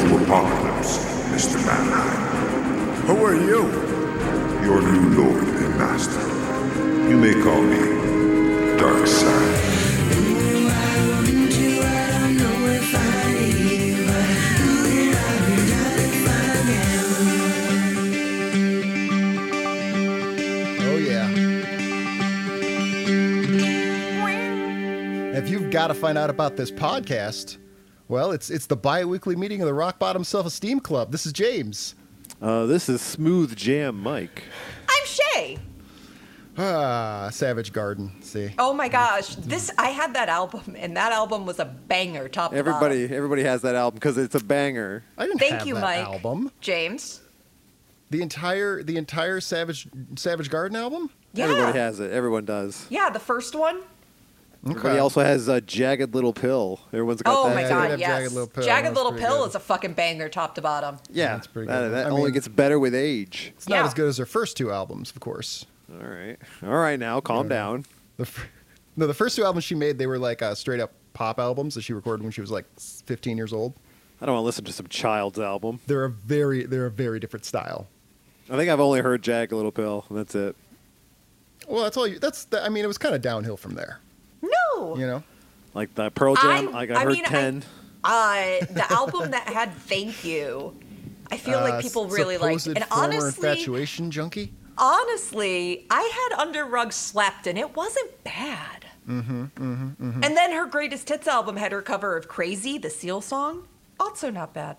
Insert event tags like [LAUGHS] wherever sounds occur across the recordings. apocalypse, Mr. Manheim. Who are you? Your new lord and master. You may call me Darkseid. Oh yeah. If you've got to find out about this podcast, well, it's it's the bi-weekly meeting of the Rock Bottom Self-Esteem Club. This is James. Uh, this is Smooth Jam Mike. I'm Shay. Ah, Savage Garden. See. Oh my gosh, this I had that album, and that album was a banger, top to Everybody, bottom. everybody has that album because it's a banger. I didn't Thank have you, that Mike. album. James. The entire the entire Savage Savage Garden album? Yeah. Everybody has it. Everyone does. Yeah, the first one. Everybody also has a Jagged Little Pill. Everyone's got Oh that. my Yeah, god, Jagged yes. Little Pill, Jagged that's Little pretty Pill good. is a fucking banger, top to bottom. Yeah, That's pretty That, good. that I only mean- gets better with age. It's not Yeah. as good as their first two albums, of course. All right, all right. Now calm down. The fir- [LAUGHS] no, the first two albums she made, they were like uh, straight up pop albums that she recorded when she was like 15 years old. I don't want to listen to some child's album. They're a very they're a very different style. I think I've only heard Jagged Little Pill. and That's it. Well, that's all you. That's the, I mean, it was kind of downhill from there. No. You know, Like the Pearl Jam. I- like I, I heard mean, I- ten. Uh, the album that had Thank You. I feel Uh, like people really liked supposed it. And former honestly, infatuation junkie. honestly, I had Under Rug Slept and it wasn't bad. Mm-hmm, mm-hmm, And then her Greatest Hits album had her cover of Crazy, the Seal song. Also not bad.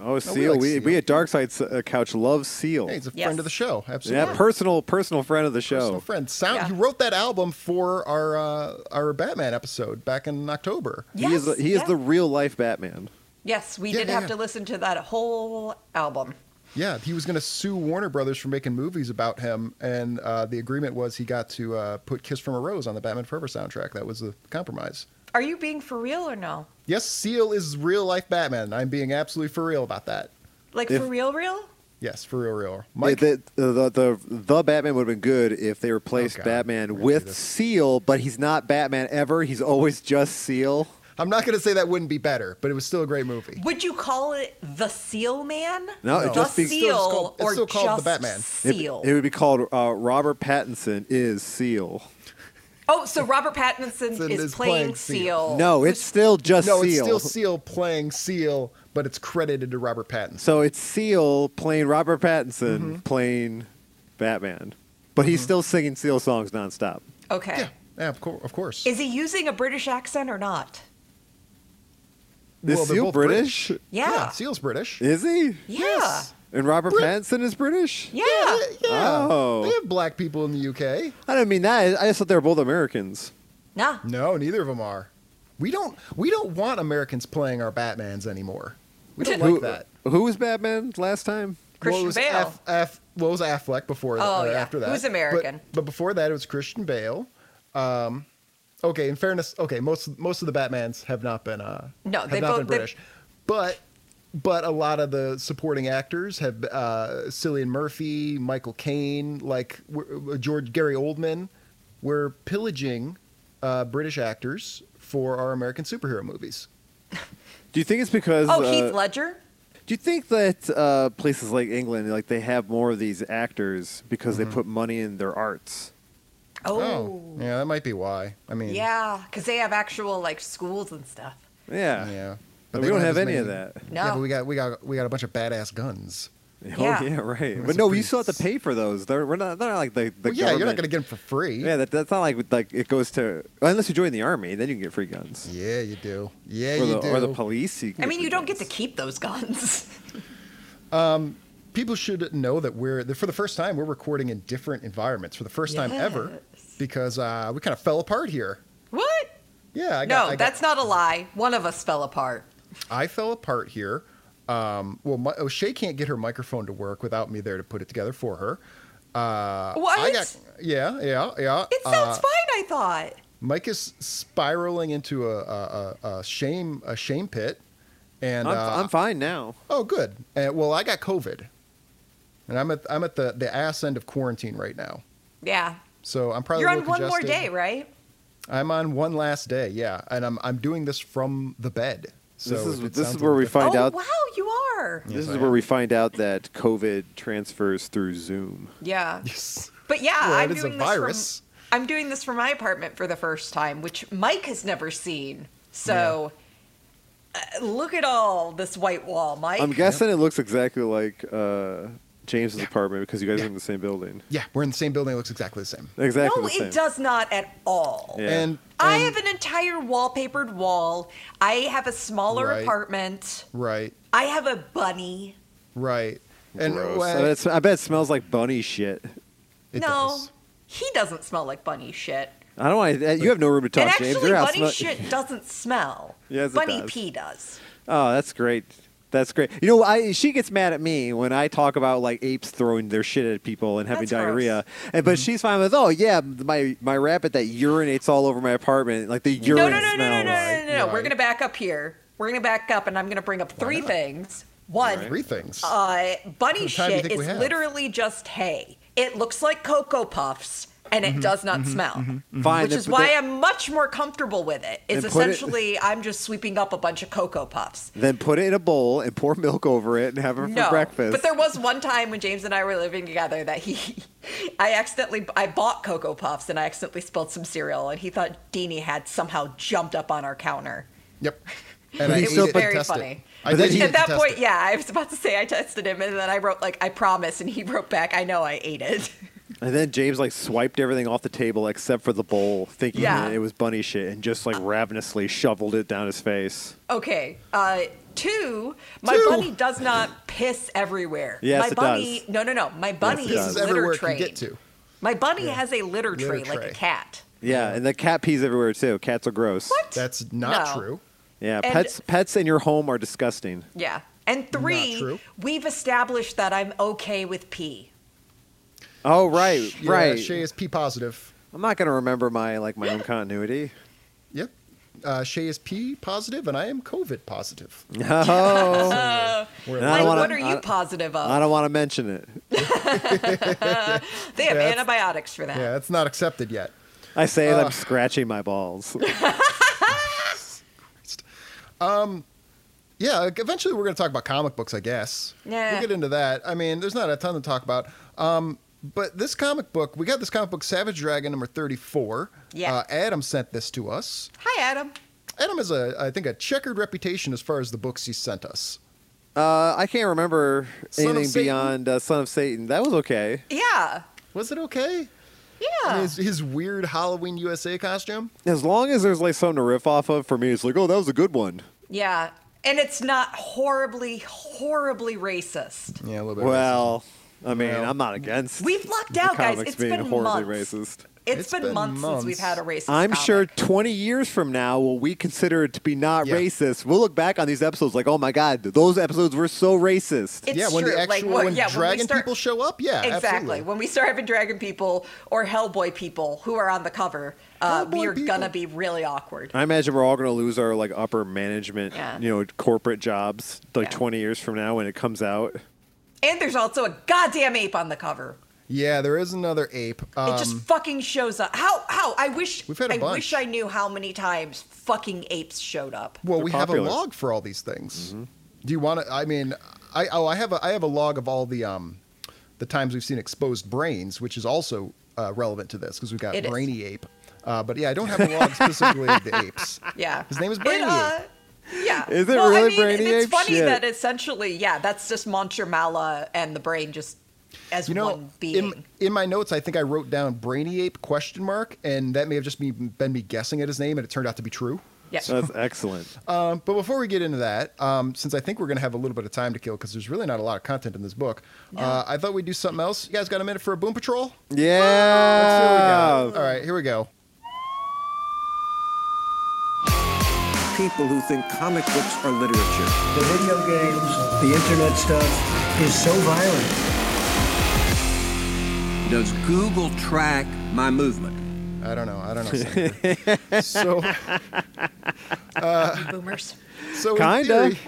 oh, we Seal. like we, Seal. we at Dark Side's uh, couch love Seal. Hey, he's a Yes. friend of the show. Absolutely. yeah, personal personal friend of the Personal show. friend. Sound. Yeah. You wrote that album for our uh, our Batman episode back in October. He is Yes, he yeah. is the real life Batman. Yes, we Yeah, did yeah, have yeah. to listen to that whole album. Yeah, he was going to sue Warner Brothers for making movies about him, and uh, the agreement was he got to uh, put "Kiss from a Rose" on the Batman Forever soundtrack. That was the compromise. Are you being for real or no? Yes, Seal is real life Batman. I'm being absolutely for real about that. Like If- for real, real? Yes, for real, real. Mike, the, the, the, the, the Batman would have been good if they replaced God, we're Batman gonna do with this. Seal, but he's not Batman ever. He's always just Seal. I'm not going to say that wouldn't be better, but it was still a great movie. Would you call it the Seal Man? No, it the just be- It's Seal still- it's called- it's or still called the just Batman. It- Seal. It, would be called uh, Robert Pattinson is Seal. oh, so Robert Pattinson Pattinson is, is playing, playing Seal. Seal. No, it's still just no, it's Seal. still Seal playing Seal, but it's credited to Robert Pattinson. so it's Seal playing Robert Pattinson Mm-hmm. playing Batman, but he's still singing Seal songs nonstop. Okay. Yeah, yeah of, cour- of course. Eh. Is he using a British accent or not? Well, Is they're Seal both British? Yeah. Seal's British. Is he? Yeah. Yes. And Robert Brit- Pattinson is British? Yeah. Yeah, Oh. they have black people in the UK. I didn't mean that. I just thought they were both Americans. Nah. No, neither of them are. We don't. We don't want Americans playing our Batmans anymore. We don't Who- like that. Who was Batman last time? Christian well, it was Bale. Aff- Aff- well, it was Affleck before that. Oh, or yeah. After that. Who's But- American. But, before that, it was Christian Bale. Um, okay, in fairness, okay, most most of the Batmans have not been uh No, have they not both- been they- British, but but a lot of the supporting actors have uh, Cillian Murphy, Michael Caine, like we're- uh, George Gary Oldman. We're pillaging uh, British actors for our American superhero movies. Do you think it's because? oh, uh, Heath Ledger? Do you think that uh, places like England, like they have more of these actors because they put money in their arts? Oh. yeah, that might be why. I mean, Yeah, because they have actual like schools and stuff. Yeah, yeah. But they we don't have as any of many- that. [LAUGHS] No. Yeah, but we got we got we got a bunch of badass guns. Oh Yeah. yeah, right. That's But a no, pretty you still have to s- pay for those. They're we're not. They're not like the. the Well, yeah, you're not government- gonna get them for free. Yeah, that, that's not like like it goes to unless you join the army, then you can get free guns. Yeah, you do. Yeah, or you the do. or the police. You can I get mean, free you don't get to guns. keep those guns. [LAUGHS] People should know that we're that for the first time we're recording in different environments for the first time ever Yes. because uh, we kind of fell apart here. what? Yeah, I got, No, I got- that's not a lie. One of us fell apart. I fell apart here. Um, well, my, oh, Shay can't get her microphone to work without me there to put it together for her. Uh, What? I got, yeah, yeah, yeah. It uh, sounds fine, I thought. Mike is spiraling into a, a, a, a shame a shame pit, and I'm, uh, I'm fine now. Oh, good. Uh, well, I got COVID, and I'm at I'm at the, the ass end of quarantine right now. Yeah. So I'm probably You're a on little one more congested. day, right? I'm on one last day, yeah, and I'm I'm doing this from the bed. So this is if it this sounds is a where little we different- find oh, out. wow, you are. Yes, This I is where am. we find out that COVID transfers through Zoom. [LAUGHS] Yeah. Yes. But yeah, Well, Ah, I'm it is a doing virus. this from I'm doing this for my apartment for the first time, which Mike has never seen. So uh, look at all this white wall, Mike. I'm guessing it looks exactly like uh, James's apartment because you guys Yeah. are in the same building. Yeah, we're in the same building. It looks exactly the same. Exactly no, the same. it does not at all. Yeah. And, I and- have an entire wallpapered wall. I have a smaller Right. apartment. right, I have a bunny. right. And Gross. when- I, bet it's- I bet it smells like bunny shit. it no, does. he doesn't smell like bunny shit. I don't want. You have no room to talk, and James. actually, Your house smell- bunny shit doesn't smell. [LAUGHS] Yes, it bunny does. pee does. Oh, that's great. That's great. You know, I she gets mad at me when I talk about like apes throwing their shit at people and having That's gross. diarrhea, and but she's fine with oh yeah my my rabbit that urinates all over my apartment like the urine No, no, no, no, smells. no, no, no, no, no. We're Right. gonna back up here. We're gonna back up, and I'm gonna bring up three not? things. One, Three things. uh, bunny How much time do you shit think we is have? literally just hay. It looks like cocoa puffs, and Mm-hmm, it does not smell. Fine, Which then is put why that- I'm much more comfortable with it. It's Then put it- essentially I'm just sweeping up a bunch of cocoa puffs. Then put it in a bowl and pour milk over it and have it for No, breakfast. but there was one time when James and I were living together that he, [LAUGHS] I accidentally I bought cocoa puffs and I accidentally spilled some cereal, and he thought Deanie had somehow jumped up on our counter. [LAUGHS] yep. And But I he ate still it put- and very tested it. funny. I But did then he- eat it At that and point, test it. yeah, I was about to say I tested him, and then I wrote like I promise, and he [LAUGHS] wrote back I know I ate it. [LAUGHS] and then James like swiped everything off the table except for the bowl, thinking Yeah. that it was bunny shit, and just like ravenously shoveled it down his face. Okay. Uh, two, my Two. bunny does not piss everywhere. Yes, my it bunny, does. No, no, no. My bunny it does. is This is litter everywhere it can trained. get to. My bunny has a litter tray Litter like tray. a cat. Yeah, and the cat pees everywhere too. Cats are gross. What? That's not No. true. Yeah, And- pets pets in your home are disgusting. Yeah. And three, true. we've established that I'm okay with pee. Oh right, Yeah, right. Shay is P positive. I'm not gonna remember my like my own continuity. Yep. Uh, Shay is P positive, and I am COVID positive. No, [LAUGHS] We're Oh. I Like, don't wanna- what are you I don't- positive of? I don't want to mention it. they have Yeah, that's- antibiotics for that. Yeah, it's not accepted yet. I say it, I'm scratching my balls. Yeah, like, eventually we're going to talk about comic books, I guess. Yeah. We'll get into that. I mean, there's not a ton to talk about. Um, but this comic book, we got this comic book, Savage Dragon number 34. Yeah. Uh, Adam sent this to us. Hi, Adam. Adam has a, I think, a checkered reputation as far as the books he sent us. Uh, I can't remember Son of anything Satan. beyond uh, Son of Satan. That was okay. Yeah. Was it okay? Yeah. His, his weird Halloween USA costume. As long as there's like something to riff off of for me, it's like, oh, that was a good one. Yeah. And it's not horribly, horribly racist. Yeah, a little bit. Well, I mean, Well, I'm not against. We've lucked the out, guys. comics It's being been horribly months. racist. it's It's been, been months, since months. we've had a racist. I'm comic. sure 20 years from now, what we consider to be not Yeah. racist, we'll look back on these episodes like, oh my God, those episodes were so racist. It's yeah, when true. the actual like, what- when yeah, we dragon start- people show up, yeah, Exactly. absolutely. When we start having dragon people or Hellboy people who are on the cover, uh, we Hellboy are people. gonna be really awkward. I imagine we're all going to lose our like upper management, Yeah. you know, corporate jobs like Yeah. 20 years from now when it comes out. And there's also a goddamn ape on the cover. Yeah, there is another ape. It Um, just fucking shows up. How? How? I wish. We've had a I bunch. wish I knew how many times fucking apes showed up. well, they're we popular. have a log for all these things. Do you want to? I mean, I oh, I have a I have a log of all the um, the times we've seen exposed brains, which is also uh, relevant to this because we've got It is. brainy ape. Uh, but yeah, I don't have a log specifically of the [LAUGHS] apes. Yeah. His name is It, Brainy uh, yeah. Is it well, I really mean, Brainy It's Ape? funny Shit. that essentially, yeah, that's just Mala and the brain just as You know, one being. in, in my notes, I think I wrote down brainy ape question mark, and that may have just be, been me guessing at his name, and it turned out to be true. yeah. [LAUGHS] That's excellent. Um, but before we get into that, um, since I think we're going to have a little bit of time to kill because there's really not a lot of content in this book, uh, I thought we'd do something else. You guys got a minute for a Boom Patrol? yeah. All right, here we go. people who think comic books are literature. The video games, the internet stuff is so violent. Does Google track my movement? I don't know. I don't know. Senator. so, uh, Boomers. so in Kinda. theory-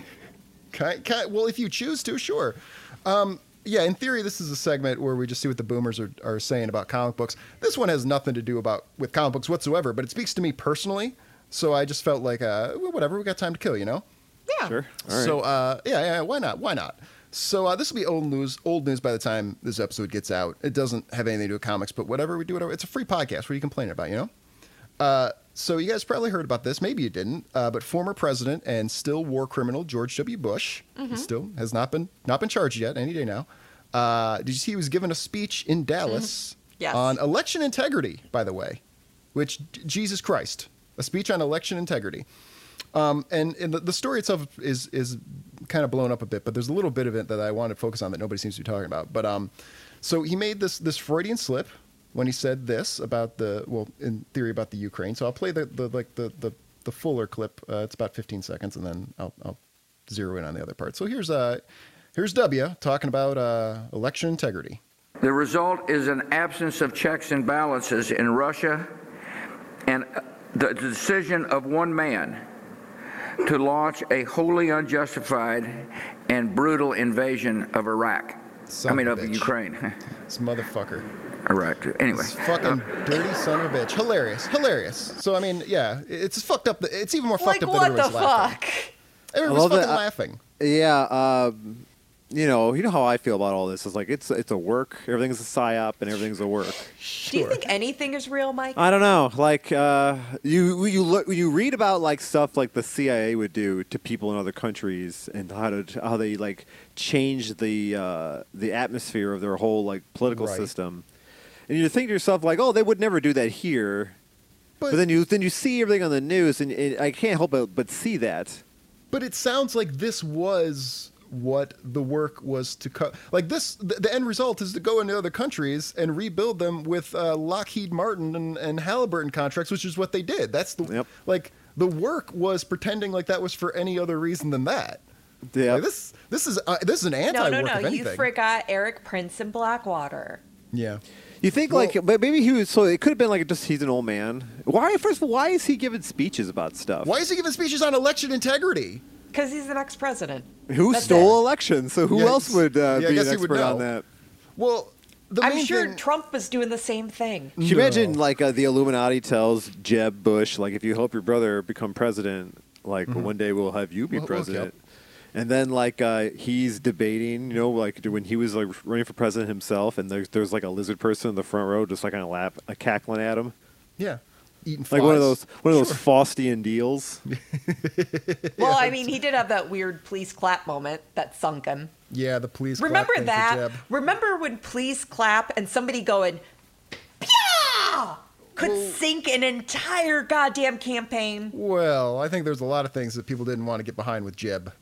ki- ki- well, if you choose to, sure. Um, yeah, in theory, this is a segment where we just see what the boomers are, are saying about comic books. This one has nothing to do about with comic books whatsoever, but it speaks to me personally. So I just felt like, uh, well, whatever, we got time to kill, you know. Yeah. Sure. All right. So uh, yeah, yeah, why not? Why not? So uh, this will be old news. Old news by the time this episode gets out. It doesn't have anything to do with comics, but whatever we do, whatever. It's a free podcast where you complain about, you know. Uh, so you guys probably heard about this. Maybe you didn't. Uh, but former president and still war criminal George W. Bush still has not been not been charged yet. Any day now. Uh, did you see he was given a speech in Dallas Yes. on election integrity? By the way, which Jesus Christ, a speech on election integrity. Um, and and the, the story itself is is kind of blown up a bit, but there's a little bit of it that I want to focus on that nobody seems to be talking about. But um, so he made this this Freudian slip when he said this about the well, in theory about the Ukraine. So I'll play the, the like the the, the fuller clip. Uh, it's about 15 seconds, and then I'll, I'll zero in on the other part. So here's uh here's W talking about uh, election integrity. The result is an absence of checks and balances in Russia and uh, the decision of one man to launch a wholly unjustified and brutal invasion of Iraq. Son I mean, of of, a bitch. Ukraine. [LAUGHS] This motherfucker. Iraq. Anyway. This fucking dirty son of a bitch. Hilarious. Hilarious. So I mean, yeah, it's fucked up. It's even more Like fucked up than what the everyone's laughing. fuck? Everyone's love that uh, fucking I- laughing. Yeah, um, you know, you know how I feel about all this. It's like it's it's a work. Everything's a psyop, and everything's a work. Do you think anything is real, Mike? I don't know. Like uh, you you look you read about like stuff like the CIA would do to people in other countries and how to how they like change the uh, the atmosphere of their whole like political Right. system. And you think to yourself like, oh, they would never do that here. But, But- then you then you see everything on the news, and, and I can't help but but see that. But it sounds like this was what the work was to cut. like this. The, the end result is to go into other countries and rebuild them with uh, Lockheed Martin and, and Halliburton contracts, which is what they did. That's the Yep. like the work was pretending like that was for any other reason than that. Yeah, Like, this this is uh, this is an no, anti-work no, of no. You anything. forgot Eric Prince and Blackwater. yeah. You think Well- like, but maybe he was. So it could have been like just he's an old man. Why first? of all, Why is he giving speeches about stuff? Why is he giving speeches on election integrity? Because he's the next president. Who That's stole it. elections? So who Yeah, else would uh, yeah, I be an guess he would expert on know. that? Well, the I'm main sure thing- Trump was doing the [LAUGHS] same thing. Can you imagine like uh, the Illuminati tells Jeb Bush like if you help your brother become president, like one day Mm-hmm. we'll have you be Well, okay. president. And then, like uh, he's debating, you know, like when he was like running for president himself, and there's, there's like a lizard person in the front row, just like on a lap, like, cackling at him, yeah, eating like one of flies. those one of those Faustian [LAUGHS] deals. Well, I mean, he did have that weird please clap moment that sunk him. Yeah, the police. clap Remember thing for that? Jeb. Remember when please clap and somebody going, "Pyah!" could sink an entire goddamn campaign? Well, I think there's a lot of things that people didn't want to get behind with Jeb.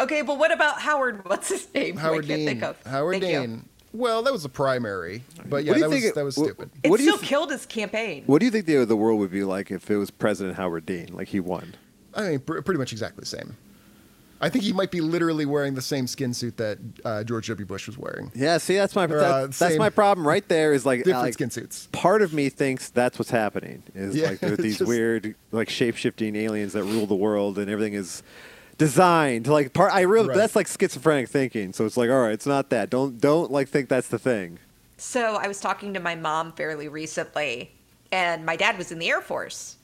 Okay, but what about Howard? What's his name? who Howard I can't Dean. think of. Howard Thank you. Dean. Well, that was a primary, but yeah, What do you that was, think it- that was wh- stupid. It What do you still th- killed his campaign. What do you think the the world would be like if it was President Howard Dean? Like he won. I mean, pr- pretty much exactly the same. I think he might be literally wearing the same skin suit that uh, George W. Bush was wearing. Yeah, see, that's my Or, that- uh, that's same- my problem right there. Is like, Different like, skin suits. Part of me thinks that's what's happening. Is Yeah, [LAUGHS] like there's it's these just- weird like shape shifting aliens that rule the world and everything is designed to like part. I really Right. that's like schizophrenic thinking. So it's like, all right, it's not that. Don't don't like think that's the thing. So I was talking to my mom fairly recently, and my dad was in the Air Force.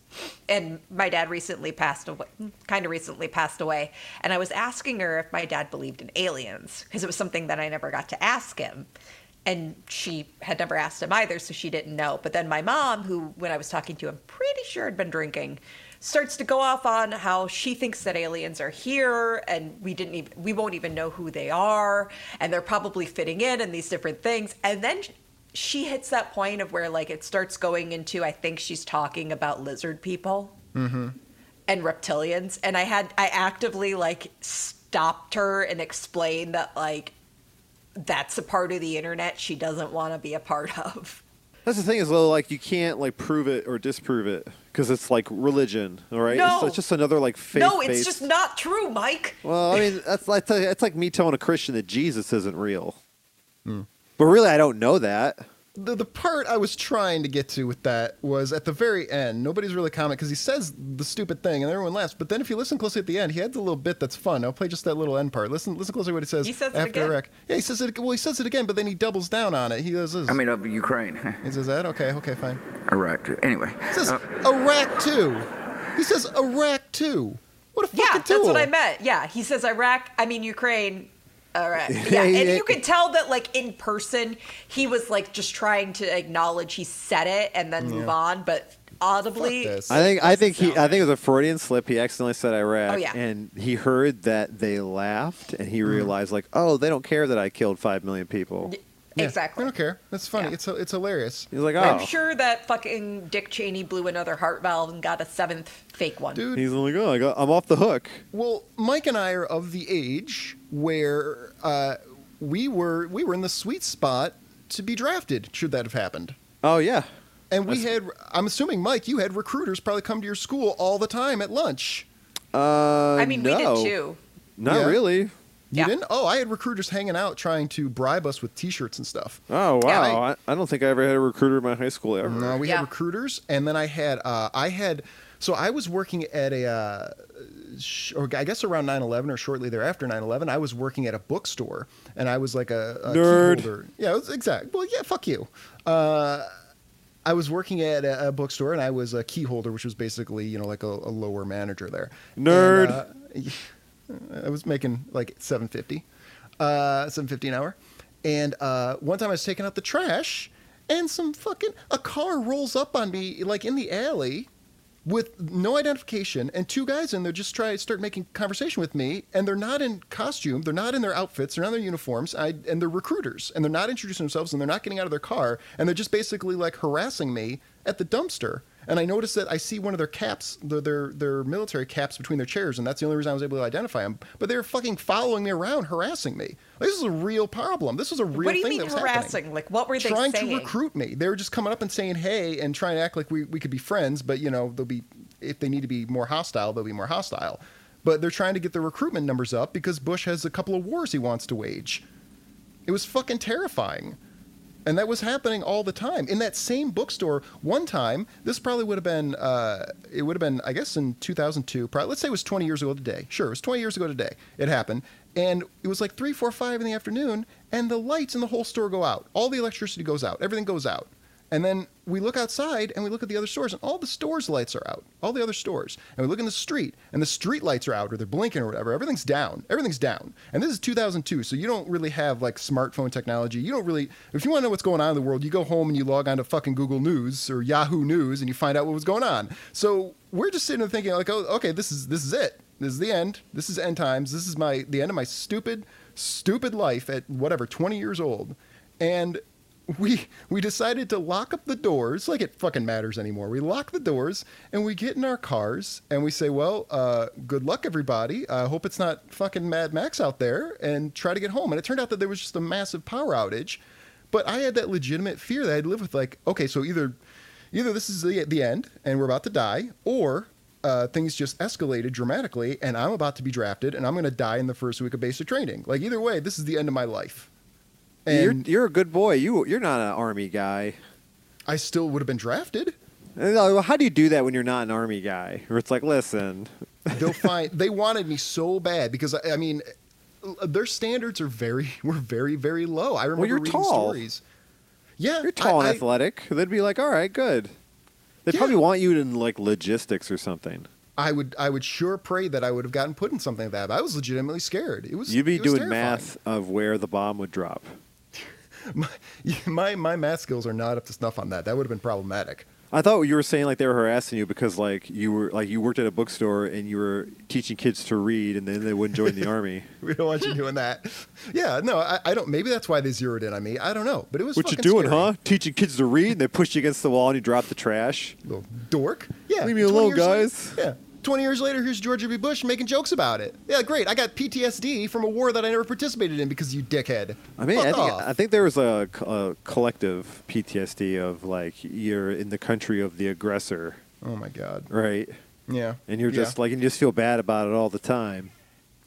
And my dad recently passed away, kind of recently passed away. And I was asking her if my dad believed in aliens, because it was something that I never got to ask him. And she had never asked him either, so she didn't know. But then my mom, who, when I was talking to, I'm pretty sure had been drinking, starts to go off on how she thinks that aliens are here and we didn't even we won't even know who they are and they're probably fitting in and these different things and then sh- she hits that point of where like it starts going into i think she's talking about lizard people and reptilians and i had i actively like stopped her and explained that like that's a part of the internet she doesn't want to be a part of That's the thing is though, like you can't like prove it or disprove it because it's like religion, all right? It's- No. It's, just another like faith. no it's just not true mike [LAUGHS] Well, I mean, that's like that's like me telling a Christian that Jesus isn't real. Hmm. But really, I don't know that. the, the part I was trying to get to with that was at the very end. Nobody's really comment because he says the stupid thing and everyone laughs. But then if you listen closely at the end, he adds a little bit that's fun. I'll play just that little end part. Listen, listen closely to what he says. He says it after again. Iraq. Yeah, he says it. Well, he says it again, but then he doubles down on it. He goes, this. I mean, of Ukraine. [LAUGHS] he says that. Okay, okay, fine. Iraq. Anyway. He says Uh, Iraq too. He says Iraq too. What a fucking Yeah, that's tool. what I meant. Yeah, he says Iraq. I mean Ukraine. [LAUGHS] All right. Yeah, Yeah, and yeah. you could tell that like in person, he was like just trying to acknowledge he said it and then move on, but audibly, Fuck this. I think I think he I think it was a Freudian slip. He accidentally said Iraq, Oh, yeah. Mm-hmm. and he heard that they laughed, and he realized like, oh, they don't care that I killed five million people. Yeah, exactly. I don't care. That's funny. Yeah. It's it's hilarious. He's like, I'm oh, sure that fucking Dick Cheney blew another heart valve and got a seventh fake one. Dude, he's like, oh, I got, I'm off the hook. Well, Mike and I are of the age where uh, we were we were in the sweet spot to be drafted. Should that have happened? Oh yeah, And we had, I'm assuming, Mike, you had recruiters probably come to your school all the time at lunch. uh, I mean, we no. did too. Not Yeah. really. You Yeah. didn't? Oh, I had recruiters hanging out trying to bribe us with T-shirts and stuff. Oh wow, Yeah. I, I don't think I ever had a recruiter in my high school ever. No, we Yeah. had recruiters, and then I had uh, I had so I was working at a uh, sh- or I guess around 9/11 or shortly thereafter 9/11. I was working at a bookstore, and I was like a, a Nerd. keyholder. Yeah, it was exact. Well, yeah, fuck you. Uh, I was working at a, a bookstore, and I was a key holder, which was basically you know like a, a lower manager there. And, Nerd. uh, [LAUGHS] I was making like seven fifty, uh, seven fifty an hour, and uh, one time I was taking out the trash, and some fucking a car rolls up on me like in the alley, with no identification, and two guys in there just try start making conversation with me, and they're not in costume, they're not in their outfits, they're not in their uniforms, I, and they're recruiters, and they're not introducing themselves, and they're not getting out of their car, and they're just basically like harassing me at the dumpster. And I noticed that I see one of their caps, their, their their military caps between their chairs, and that's the only reason I was able to identify them. But they were fucking following me around, harassing me. Like, this is a real problem. This was a real What do you thing mean that was happening. harassing? Like, what were they trying saying? to recruit me. They were just coming up and saying hey and trying to act like we, we could be friends, but you know, they'll be if they need to be more hostile, they'll be more hostile. But they're trying to get their recruitment numbers up because Bush has a couple of wars he wants to wage. It was fucking terrifying. And that was happening all the time in that same bookstore. One time, this probably would have been, uh, it would have been, I guess, in 2002. Probably, let's say it was 20 years ago today. Sure, it was 20 years ago today. It happened, and it was like three, four, five in the afternoon, and the lights in the whole store go out. All the electricity goes out. Everything goes out. And then we look outside and we look at the other stores, and all the stores' lights are out. All the other stores. And we look in the street, and the street lights are out, or they're blinking, or whatever. Everything's down. Everything's down. And this is 2002, so you don't really have like smartphone technology. You don't really, if you want to know what's going on in the world, you go home and you log on to fucking Google News or Yahoo News, and you find out what was going on. So we're just sitting there thinking, like, oh, okay, this is this is it. This is the end. This is end times. This is my the end of my stupid, stupid life at whatever 20 years old, and we we decided to lock up the doors like it fucking matters anymore we lock the doors and we get in our cars and we say well uh, good luck everybody i hope it's not fucking mad max out there and try to get home and it turned out that there was just a massive power outage but i had that legitimate fear that i'd live with like okay so either either this is the, the end and we're about to die or uh, things just escalated dramatically and i'm about to be drafted and i'm going to die in the first week of basic training like either way this is the end of my life you're you're a good boy. You you're not an army guy. I still would have been drafted. And, uh, How do you do that when you're not an army guy? Where it's like, listen, [LAUGHS] They'll find they wanted me so bad because I, I mean, l- their standards are very [LAUGHS] were very very low. I remember you're reading tall. stories. Yeah, you're tall I, and athletic. They'd be like, all right, good. Yeah. They would probably want you in like logistics or something. I, I would I would sure pray that I would have gotten put in something like that. But I was legitimately scared. It was You'd be it was doing terrifying. [LAUGHS] math of where the bomb would drop. My my math skills are not up to snuff on that. That would have been problematic. [LAUGHS] I thought you were saying like they were harassing you because like you were like you worked at a bookstore and you were teaching kids to read and then they wouldn't [LAUGHS] join the army. We don't want [LAUGHS] you doing that. Yeah, no, I, I don't. Maybe that's why they zeroed in on me. I don't know, but it was What you fucking doing, scary. huh? Teaching kids to read and they push you against the wall and you drop the trash. little dork. Yeah, Leave me 20 alone, years later- guys. yeah. 20 years later, here's George W. Bush making jokes about it. Yeah, great. I got PTSD from a war that I never participated in because of you dickhead. I mean, Fuck I think, off. I think there was a, co- a collective PTSD of like you're in the country of the aggressor, oh my god. right? Yeah. And you're Yeah. just like and you just feel bad about it all the time.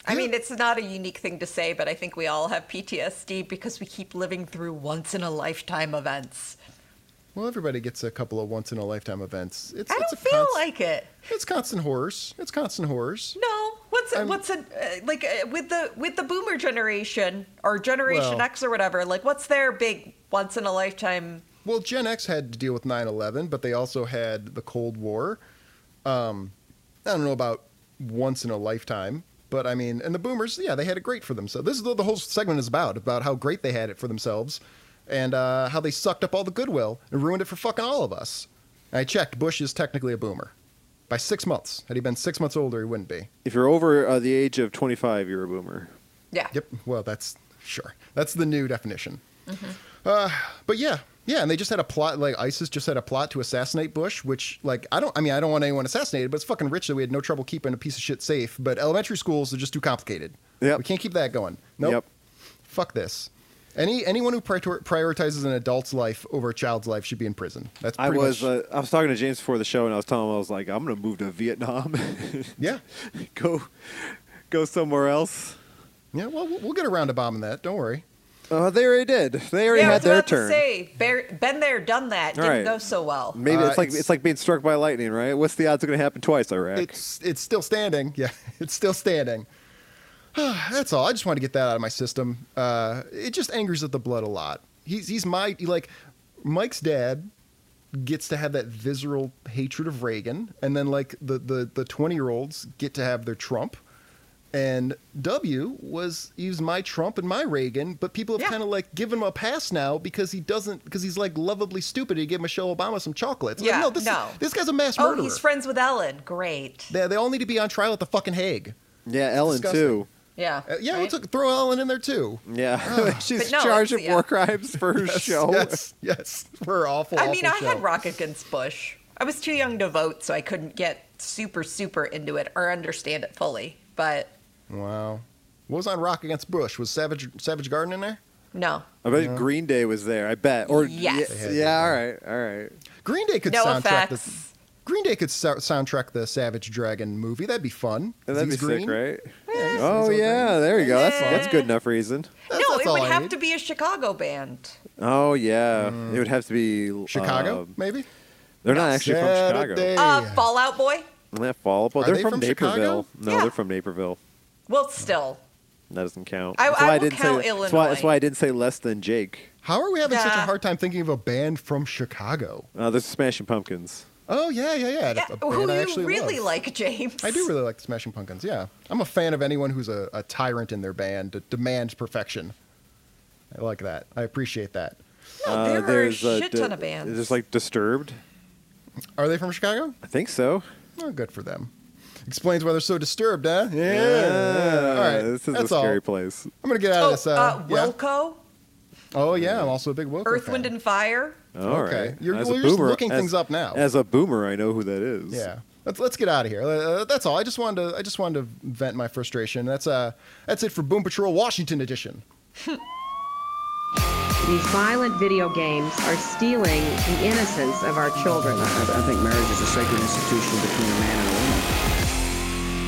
I mean, it's not a unique thing to say, but I think we all have PTSD because we keep living through once in a lifetime events. well, everybody gets a couple of once in a lifetime events. It's, I it's don't a feel const- like it. it's constant horrors. It's constant horrors. No, what's a, I'm- what's a uh, like uh, with the with the boomer generation or generation Well- X or whatever? Like, what's their big once in a lifetime? Well, Gen X had to deal with 9/11, but they also had the Cold War. Um, I don't know about once in a lifetime. But I mean, and the boomers, yeah, they had it great for themselves. This is what the whole segment is about about how great they had it for themselves, and uh, how they sucked up all the goodwill and ruined it for fucking all of us. And I checked. Bush is technically a boomer by six months. Had he been six months older, he wouldn't be. If you're over uh, the age of 25, you're a boomer. Yeah. Yep. Well, that's sure. That's the new definition. Uh, but yeah, yeah, and they just had a plot. Like ISIS just had a plot to assassinate Bush, which like I don't. I mean, I don't want anyone assassinated, but it's fucking rich that we had no trouble keeping a piece of shit safe. But elementary schools are just too complicated. Yep. We can't keep that going. Nope. Yep. Fuck this. Any anyone who prior- prioritizes an adult's life over a child's life should be in prison. That's I pretty was much, uh, I was talking to James before the show, and I was telling him I was like, I'm gonna move to Vietnam, [LAUGHS] uh, yeah. go go somewhere else. Yeah, well, we'll we'll get around to bombing that. Don't worry. Uh, they already did. They already Yeah, I had was their about to turn. say, bear- been there, done that. Didn't Right. go so well. Maybe Uh, it's like it's- it's, like being struck by lightning, right? What's the odds it's gonna happen twice, Iraq? It's it's still standing. [LAUGHS] Yeah, it's still standing. [SIGHS] That's all. I just want to get that out of my system. Uh, it just angers at the blood a lot. He's he's my like Mike's dad gets to have that visceral hatred of Reagan, and then like the the the twenty year olds get to have their Trump. And W was he's my Trump and my Reagan, but people have Yeah. kind of like given him a pass now because he doesn't because he's like lovably stupid. He gave Michelle Obama some chocolates. Like, Yeah, no, this is- no. this guy's a mass Oh, murderer. he's friends with Ellen. Great. They, they all need to be on trial at the fucking Hague. yeah, Ellen disgusting. too. Yeah. Uh, yeah, right? let's look- throw Ellen in there too. Yeah, [LAUGHS] she's But no, charged it's- uh, with yeah. war crimes for [LAUGHS] her show. Yes, yes. We're awful. I mean, I awful show. had Rock Against Bush. I was too young to vote, so I couldn't get super, super into it or understand it fully. But Wow. What was on Rock Against Bush? Was Savage Savage Garden in there? no, I bet Green Day was there. I bet. Or Yes. yeah, yeah, all right, all right. Green Day could no soundtrack the effects. Green Day could sou- soundtrack the Savage Dragon movie. That'd be fun. 'cause That'd be he's green. sick, right? Yeah, he's- he's Oh all yeah, there you go. That's Yeah. that's good enough reason. That's- no, that's it all would I have need. to be a Chicago band. Oh yeah, it would have to be Mm. Chicago, um, maybe. they're not actually from Chicago. Saturday. Uh, Fallout Boy. Isn't that Fall Boy? Are They're they from, from Naperville. Chicago? No, Yeah. they're from Naperville. Well, still, That doesn't count. I- that's I why will didn't count say. That's why, that's Illinois. why I didn't say less than Jake. How are we having such a Nah. hard time thinking of a band from Chicago? Uh, there's Smashing Pumpkins. Oh yeah, yeah, yeah. yeah, a band who I you actually really love. like, James? I do really like the Smashing Pumpkins. Yeah, I'm a fan of anyone who's a, a tyrant in their band that demands perfection. I like that. I appreciate that. No, Uh, Oh, there are a there's shit di- ton of bands. There's like Disturbed. Are they from Chicago? I think so. Oh, good for them. Explains why they're so disturbed, huh? Yeah. Yeah, All right. This is That's a all. scary place. I'm gonna get out Oh, of this. Uh, uh, yeah. Wilco, Oh yeah, I'm also a big Wilco Earth, fan. Wind, and Fire. All Okay. right. You're- As well, a you're just boomer- looking as- things up now. As a boomer, I know who that is. Yeah. Let's let's get out of here. Uh, that's all. I just wanted to I just wanted to vent my frustration. That's uh that's it for Boom Patrol Washington edition. These violent video games are stealing the innocence of our children. I, I think marriage is a sacred institution between a man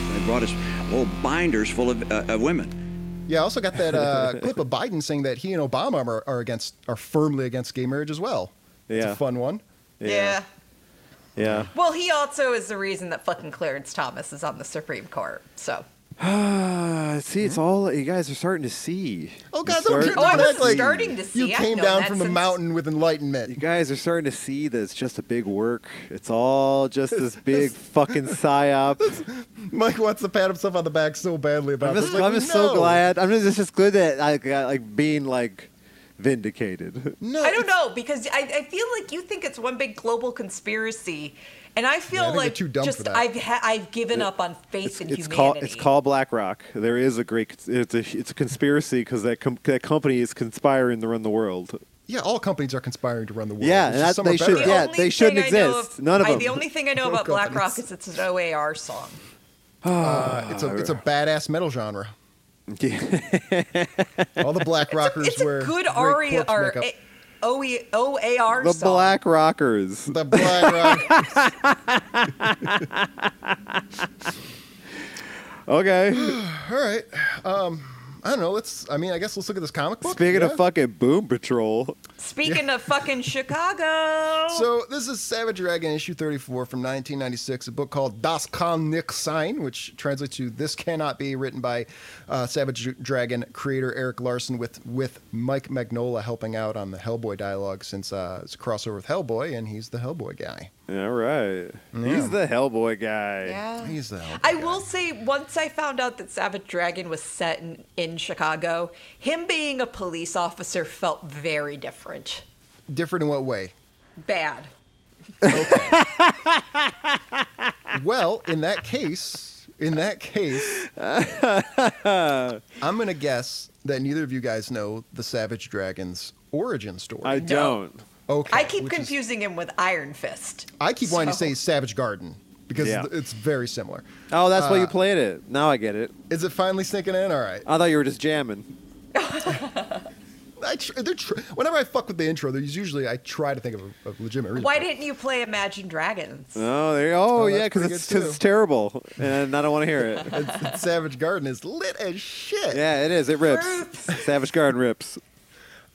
and a They woman. brought us little binders full of, uh, of women. Yeah, I also got that uh, [LAUGHS] clip of Biden saying that he and Obama are, are against are firmly against gay marriage as well. It's Yeah. a fun one. Yeah. Yeah. [SIGHS] Well, he also is the reason that fucking Clarence Thomas is on the Supreme Court. So. Uh, see, Hmm? it's all you guys are starting to see. Oh You God, start- don't Oh, I do was that, like, starting to see. You I've came known down that from the since- mountain with [LAUGHS] You enlightenment. guys are starting to see that it's just a big work. It's all just [LAUGHS] this big fucking psyop. Mike wants to pat himself on the back so badly about I'm this. just, Like, I'm just no, so glad. I'm just, it's just good that I got like being like vindicated. No, I don't know because I, I feel like you think it's one big global conspiracy, and I feel Yeah, I think you're like too dumb just for that. I've ha- I've given up on faith It's, in it's humanity. called it's called BlackRock. There is a great cons- it's a it's a conspiracy because that com- that company is conspiring to run the world. Yeah, all companies are conspiring to run the world. Yeah, It's and just that- some are they better should- at The it. yeah, only they shouldn't thing I know exist. None of I- them. The only thing I know Poor about companies. BlackRock is it's an OAR song. Uh, it's a it's a badass metal genre. [LAUGHS] Yeah. All the black rockers It's a wear good E great RE corpse or makeup. A- OE OAR the song. Black Rockers. the black rock. [LAUGHS] [GASPS] Okay. All right. Um, I don't know. Let's. I mean, I guess let's look at this comic book. Speaking yeah? of fucking Boom Patrol, Speaking of fucking Chicago, [LAUGHS] So this is Savage Dragon issue 34 from 1996, a book called Das kann nicht sein, which translates to "This cannot be," written by uh, Savage Dragon creator Eric Larson with with Mike Magnola helping out on the Hellboy dialogue since uh, it's a crossover with Hellboy and he's the Hellboy guy. All right. He's the Hellboy guy. Yeah. He's the help. I will say, once I found out that Savage Dragon was set in, in Chicago, him being a police officer felt very different. Different in what way? Bad. Well, in that case, in that case, I'm gonna guess that neither of you guys know the Savage Dragon's origin story. I don't. okay, I keep which is- confusing him with Iron Fist. I keep wanting to so- say Savage Garden because Yeah. it's very similar. Oh, that's Uh. why you played it. Now I get it. Is it finally sinking in? All right. I thought you were just jamming. I tr- they're tr- whenever I fuck with the intro, there's usually I try to think of a, a legitimate reason. Why for it. didn't you play Imagine Dragons? Uh, Oh, there you go. Oh, that's yeah, because pretty it's, good, 'cause it's too. terrible, and I don't want to hear [LAUGHS] [LAUGHS] it. Savage Garden is lit as shit? yeah, it is. It rips. Savage Garden rips.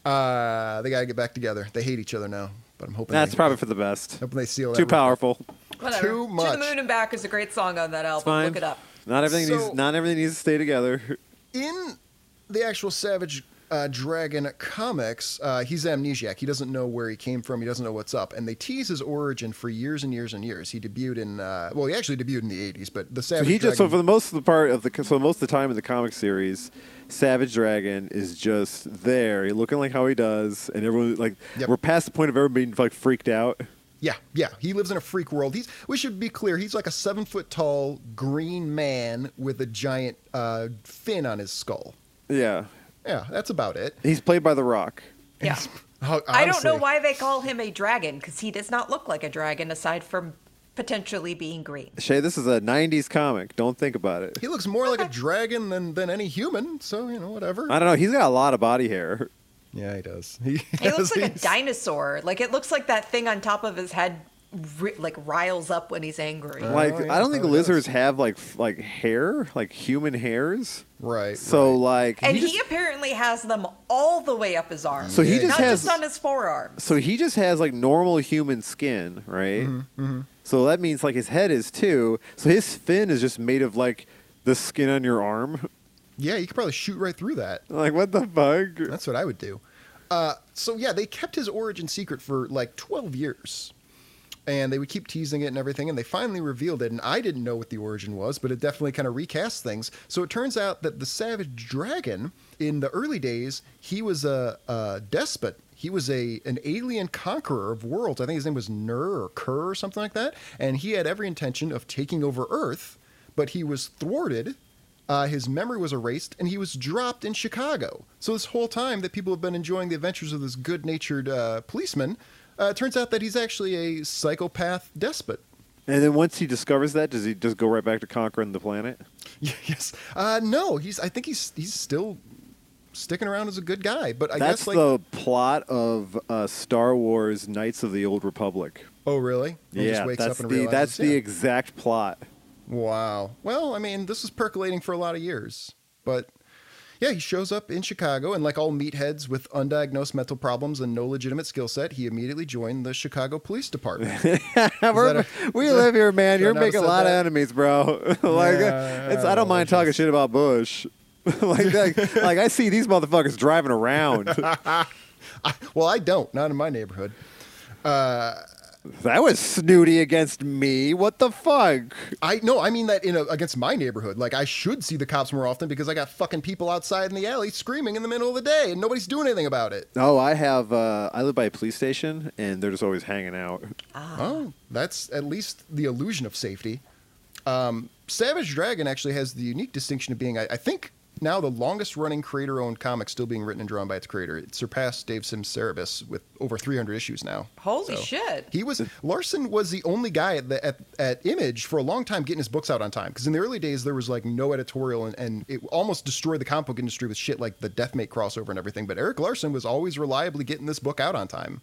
Uh, they gotta get back together. They hate each other now, but I'm hoping That's they, probably for the best. hoping they seal that. Too rip. powerful. Whatever. Too To much. the Moon and Back is a great song on that album. fine. Look it up. Not everything So- needs. Not everything needs to stay together. in the actual Savage uh, Dragon comics, uh, he's amnesiac. He doesn't know where he came from. He doesn't know what's up. And they tease his origin for years and years and years. He debuted in, uh, well, he actually debuted in the 80s, but the So Savage he Dragon. just so for the most of the part of the so most of the time in the comic series, Savage Dragon is just there, He's looking like how he does, and everyone like Yep. we're past the point of everyone being like freaked out. yeah, yeah. He lives in a freak world. He's. We should be clear. He's like a seven foot tall green man with a giant uh, fin on his skull. Yeah, Yeah, that's about it. he's played by The Rock. Yeah. Ho- I don't know honestly. why they call him a dragon because he does not look like a dragon aside from potentially being green. Shay, this is a '90s comic. Don't think about it. He looks more like a dragon than, than any human, so, you know, whatever. I don't know. He's got a lot of body hair. yeah, he does. [LAUGHS] He, It looks like a he's- dinosaur. Like it looks like that thing on top of his head, ri- like riles up when he's angry. Like Oh, yeah, I don't think probably does. lizards have like f- like hair, like human hairs. Right. So right. like and he, just- apparently has them all the way up his arm. So he just not has- just on his forearm. so he just has like normal human skin, right? Mm-hmm, So that means like his head is too. So his fin is just made of like the skin on your arm. [LAUGHS] Yeah, you could probably shoot right through that. Like what the fuck? That's what I would do. Uh, so yeah, they kept his origin secret for like 12 years. And they would keep teasing it and everything, and they finally revealed it. And I didn't know what the origin was, but it definitely kind of recast things. So it turns out that the Savage Dragon, in the early days, he was a, a despot. He was a an alien conqueror of worlds. I think his name was Nur or Kerr or something like that. And he had every intention of taking over Earth, but he was thwarted uh, his memory was erased, and he was dropped in Chicago. So this whole time that people have been enjoying the adventures of this good-natured uh, policeman, uh, it turns out that he's actually a psychopath despot. [LAUGHS] And then once he discovers that, does he just go right back to conquering the planet? yes. Uh, no, he's. I think he's. He's still sticking around as a good guy. But I That's guess like. the plot of uh, Star Wars: Knights of the Old Republic. oh really? He yeah, just wakes that's up and the realizes, that's the yeah. exact plot. Wow. Well, I mean, this was percolating for a lot of years, but yeah, he shows up in Chicago, and like all meatheads with undiagnosed mental problems and no legitimate skill set, he immediately joined the Chicago Police Department. We're- that we live here, man. Should I You're not have making a said lot of that? enemies, bro. [LAUGHS] like, Yeah, it's, I don't mind talking shit about Bush. [LAUGHS] like, like, like, I see these motherfuckers driving [LAUGHS] around. well, I don't, not in my neighborhood. that was snooty against me. What the fuck? I no, I mean that in a, against my neighborhood. Like I should see the cops more often because I got fucking people outside in the alley screaming in the middle of the day, and nobody's doing anything about it. No, I have. Uh, I live by a police station, and they're just always hanging out. Oh, that's at least the illusion of safety. Um, Savage Dragon actually has the unique distinction of being, I, I think, now the longest running creator owned comic still being written and drawn by its creator. It surpassed Dave Sims Cerebus with over 300 issues now. Holy So, shit! He was Larson was the only guy at, the, at at Image for a long time getting his books out on time because in the early days there was like no editorial and, and it almost destroyed the comic book industry with shit like the Deathmate crossover and everything. But Eric Larson was always reliably getting this book out on time.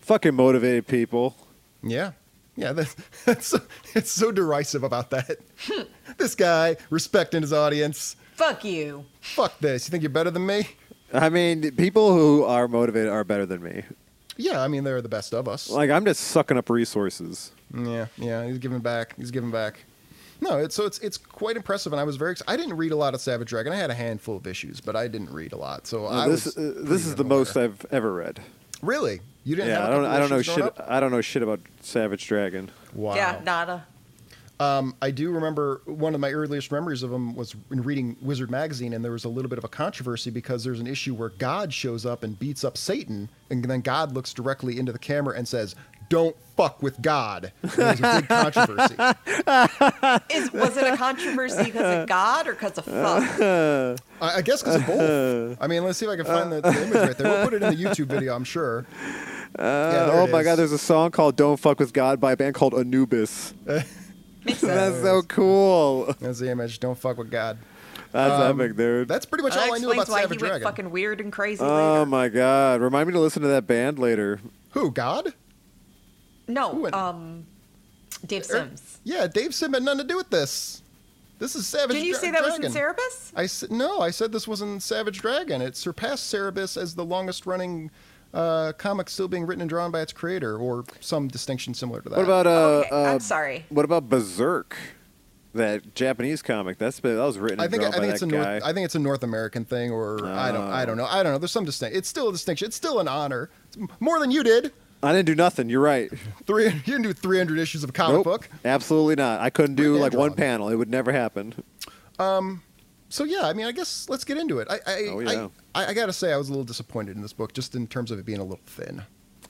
Fucking motivated people. Yeah. Yeah, that's, [LAUGHS] that's so, it's so derisive about that. Hmm. [LAUGHS] this guy respecting his audience. Fuck you. Fuck this. You think you're better than me? I mean, people who are motivated are better than me. Yeah, I mean they're the best of us. Like, I'm just sucking up resources. yeah, yeah, he's giving back. He's giving back. No, it's so it's it's quite impressive, and I was very. Ex- I didn't read a lot of Savage Dragon. I had a handful of issues, but I didn't read a lot. So Uh, I this was uh, this is reading the unaware. most I've ever read. Really? You didn't yeah, have I a don't. couple I don't know issues shit. growing up? I don't know shit about Savage Dragon. Wow. Yeah, nada. Um, I do remember one of my earliest memories of him was in reading Wizard magazine, and there was a little bit of a controversy because there's an issue where God shows up and beats up Satan, and then God looks directly into the camera and says, "Don't fuck with God." And there was a big controversy. Is was it a controversy because of God or because of fuck? Uh, I, I guess because of both. I mean, let's see if I can find the, the image right there. We'll put it in the YouTube video, I'm sure. yeah, there oh it my is. God! There's a song called "Don't Fuck with God" by a band called Anubis. Makes sense. That's so cool. Um, That's the image. Don't fuck with God. That's epic, dude. That's pretty much That all I knew about explains why he Savage went Dragon. fucking weird and crazy oh later. my God! Remind me to listen to that band later. Who? God? who No, went- um, Er, Dave Sims. Yeah, Dave Sim had nothing to do with this. This is Savage. Did you Dra- say that was in Dragon. Cerebus? I s- no, I said this was in Savage Dragon. It surpassed Cerebus as the longest running uh, comic still being written and drawn by its creator, or some distinction similar to that. What about uh? Okay, uh I'm sorry. What about Berserk? That Japanese comic. That's been, that was written I and think drawn I think by it's a that North, guy. Oh. I think it's a North American thing, or I don't I don't know I don't know. There's some distinction. It's still a distinction. It's still an honor. It's m- more than you did. I didn't do nothing. You're right. Three [LAUGHS] you didn't do 300 issues of a comic Nope. book. Absolutely not. I couldn't do Written like and one drawn. panel. It would never happen. So yeah, I mean, I guess let's get into it. I I, Oh, yeah. I, I gotta say I was a little disappointed in this book, just in terms of it being a little thin.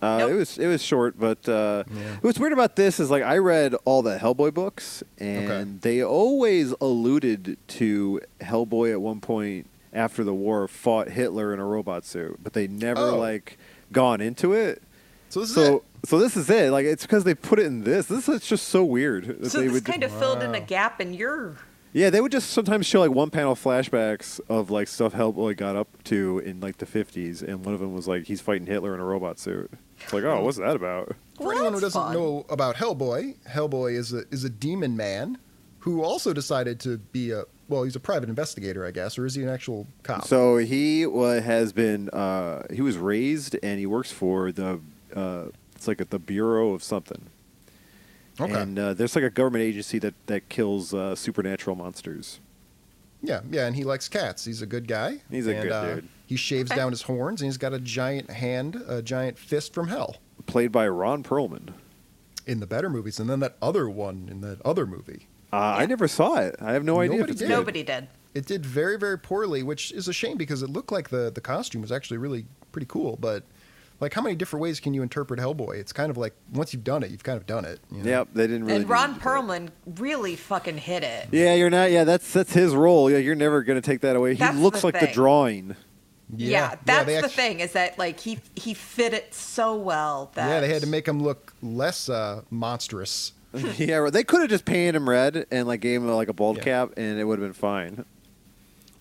Uh, It Nope. was it was short, but uh, what's weird about this is like I read all the Hellboy books, and they always alluded to Hellboy at one point after the war fought Hitler in a robot suit, but they never Oh. like gone into it. So this is so it. so this is it. Like it's because they put it in this. This is just so weird. that So they this would kind of filled in a gap in your. yeah, they would just sometimes show like one panel flashbacks of like stuff Hellboy got up to in like the fifties, and one of them was like he's fighting Hitler in a robot suit. It's like oh, what's that about? For Well, anyone who that's doesn't fun. know about Hellboy, Hellboy is a is a demon man who also decided to be a well, he's a private investigator, I guess, or is he an actual cop? So he wa has been. Uh, he was raised, and he works for the. Uh, it's like at the bureau of something. Okay. And uh, there's like a government agency that that kills uh, supernatural monsters. yeah, yeah, and he likes cats. He's a good guy. He's a and, good uh, dude. He shaves Okay. down his horns, and he's got a giant hand, a giant fist from hell Played by Ron Perlman. in the better movies, and then that other one in that other movie. Uh, I never saw it. I have no idea. If Nobody it's did. good. Nobody did. It did very, very poorly, which is a shame because it looked like the the costume was actually really pretty cool, but. Like how many different ways can you interpret Hellboy? It's kind of like once you've done it, you've kind of done it. you know? Yep, they didn't really. and do Ron it. Perlman really fucking hit it. Yeah, you're not. Yeah, that's that's his role. Yeah, you're never gonna take that away. He That's looks the like the thing. drawing. [LAUGHS] Yeah, that's they the actu- thing is that like he he fit it so well that Yeah, they had to make him lo't look less uh, monstrous. yeah, right. they could have just painted him red and like gave him like a bald Yeah. cap, and it would have been fine.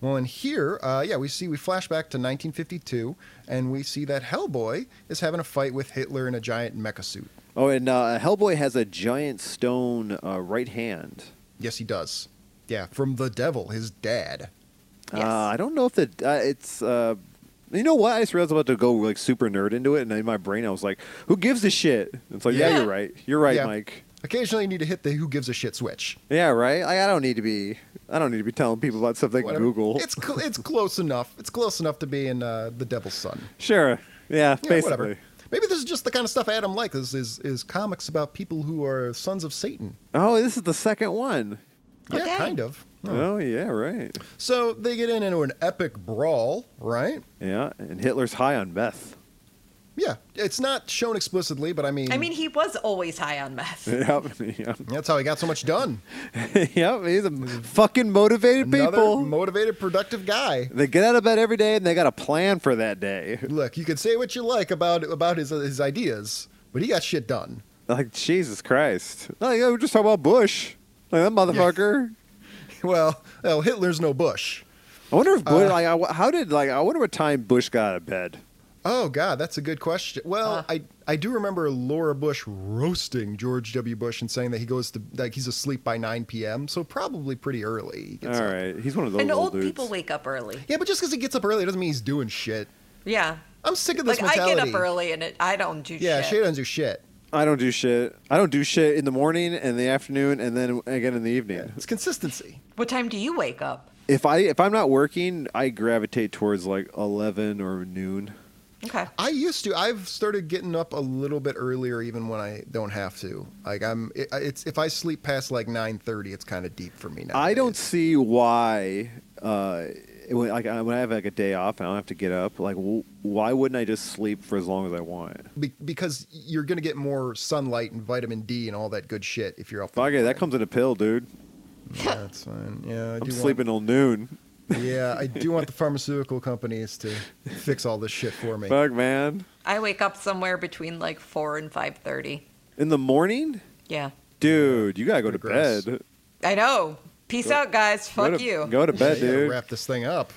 Well, in here, uh, yeah, we see we flash back to 1952, and we see that Hellboy is having a fight with Hitler in a giant mecha suit. Oh, and uh, Hellboy has a giant stone uh, right hand. Yes, he does. Yeah, from the devil, his dad. Yes. Uh, I don't know if the uh, it's. Uh, you know what? I just realized I was about to go like super nerd into it, and in my brain I was like, "Who gives a shit?" It's like, yeah, Yeah. you're right. You're right, Yeah. Mike. Occasionally, you need to hit the "who gives a shit" switch. Yeah, right. Like, I don't need to be. I don't need to be telling people about stuff they can Whatever. Google. It's cl- it's close enough. It's close enough to be in uh, the Devil's Son. [LAUGHS] sure. Yeah, Yeah, basically. whatever. Maybe this is just the kind of stuff Adam likes. Is, is is comics about people who are sons of Satan? Oh, this is the second one. Yeah, Okay. kind of. Oh yeah, right. So they get in into an epic brawl, right? Yeah, and Hitler's high on meth. [LAUGHS] Yeah, it's not shown explicitly, but I mean, I mean, he was always high on meth. Yep, [LAUGHS] yep, that's how he got so much done. yep. He's a fucking motivated Hmm. Another people. motivated, productive guy. they get out of bed every day and they got a plan for that day. [LAUGHS] Look, you can say what you like about about his uh, his ideas, but he got shit done. [LAUGHS] Like Jesus Christ. Like yeah, we're just talking about Bush. Like that motherfucker. Well, well, Hitler's no Bush. I wonder if Bush. like, I w how did like I wonder what time Bush got out of bed. Oh God, that's a good question. Well, Uh. I I do remember Laura Bush roasting George W. Bush and saying that he goes to like he's asleep by 9 p.m. So probably pretty early. He gets All up. right, he's one of those And old old dudes. people wake up early. Yeah, but just because he gets up early doesn't mean he's doing shit. Yeah. I'm sick of this Like mentality. I get up early and it, I don't do Yeah, she shit. doesn't do shit. I don't do shit. I don't do shit in the morning and the afternoon and then again in the evening. It's consistency. What time do you wake up? If I if I'm not working, I gravitate towards like eleven or noon. Okay. I used to. I've started getting up a little bit earlier, even when I don't have to. Like I'm, it, it's if I sleep past like nine thirty, it's kind of deep for me now. I don't see why, uh, when, like I- when I have like a day off and I don't have to get up, like w- why wouldn't I just sleep for as long as I want? Be- because you're gonna get more sunlight and vitamin D and all that good shit if you're up. Fuck it, that comes in a pill, dude. Yeah, that's fine. Yeah, I do I'm want- sleeping till noon. yeah, I do want the pharmaceutical companies to fix all this shit for me. Fuck, man. I wake up somewhere between like four and five thirty. In the morning, Yeah. dude, you gotta go to Gross. bed. I know. Peace out, guys. go Fuck to, you. Go to Yeah, bed, you gotta dude. Wrap this thing up.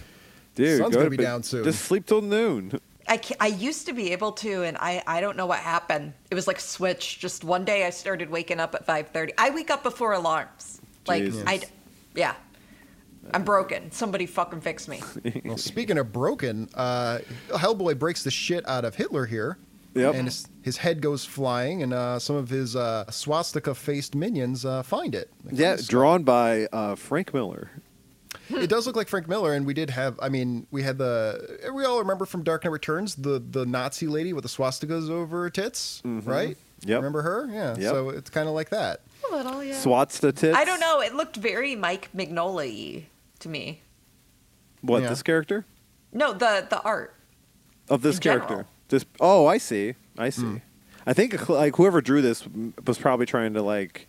Dude, Sun's go gonna to be bed. down soon. Just sleep till noon. I, ca- I used to be able to, and I, I don't know what happened. It was like a switch. Just one day, I started waking up at five thirty. I wake up before alarms. Like Jesus. I, yeah, I'm broken. Somebody fucking [LAUGHS] fix me. Well, speaking of broken, uh, Hellboy breaks the shit out of Hitler here. Yep. And his, his head goes flying, and uh, some of his uh, swastika faced minions uh, find it. Like, Yeah, this- drawn by uh, Frank Miller. it does look like Frank Miller, and we did have. I mean, we had the. We all remember from Dark Knight Returns the the Nazi lady with the swastikas over her tits, right? Mm-hmm. Yep. Remember her? Yeah. Yep. So it's kind of like that. A little, Oh, yeah. Swatsta tits. I don't know. It looked very Mike Mignola to me. What, Yeah. this character? No, the the art. Of this In character. general. This. Oh, I see. I see. I think like whoever drew this was probably trying to like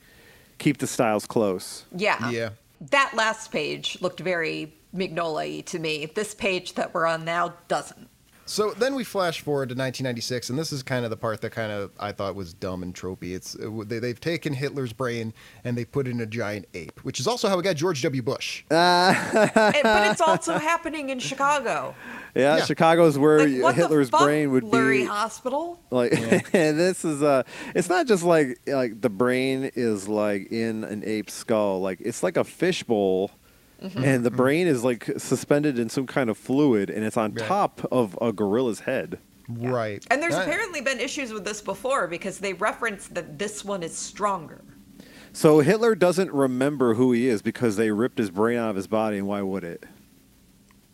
keep the styles close. Yeah. Yeah. That last page looked very Mignola to me. This page that we're on now [LAUGHS] doesn't. So then we flash forward to 1996, and this is kind of the part that kind of I thought was dumb and tropey. It's uh, they, they've taken Hitler's brain and they put it in a giant ape, which is also how we got George W. Bush. And- but it's also happening in Chicago. Yeah, Yeah. Chicago's where Like, you- what Hitler's the fuck, brain would Lurie be. Hospital. Like and [LAUGHS] this is uh it's not just like like the brain is like in an ape's skull. Like it's like a fishbowl Mm-hmm. and the brain is like suspended in some kind of fluid and it's on Right. top of a gorilla's head. Right. And there's Uh, apparently been issues with this before because they reference that this one is stronger. So Hitler doesn't remember who he is because they ripped his brain out of his body and why would it?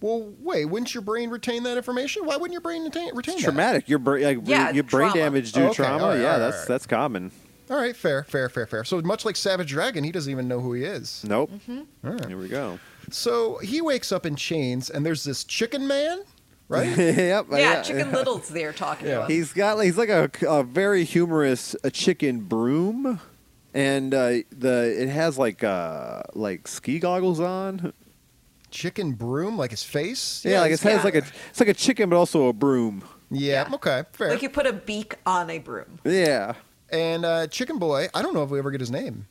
Well, wait, wouldn't your brain retain that information? Why wouldn't your brain retain, retain It's that? traumatic. Your brain like Yeah, your brain trauma. damage due Okay, to trauma. alright, yeah, alright, that's alright. that's common. All right, fair, fair, fair, fair. So much like Savage Dragon, he doesn't even know who he is. Nope. Mm-hmm. Here we go. So he wakes up in chains, and there's this chicken man, right? [LAUGHS] [LAUGHS] yep. yeah, Chicken [LAUGHS] Little's there talking Yeah. to him. He's got like, he's like a, a very humorous a chicken broom, and uh, the it has like uh like ski goggles on. chicken broom, like his face. Yeah, like it he's- has like a it's like a chicken but also a broom. yeah. Okay, fair. like you put a beak on a broom. Yeah, and uh, Chicken Boy, I don't know if we ever get his name.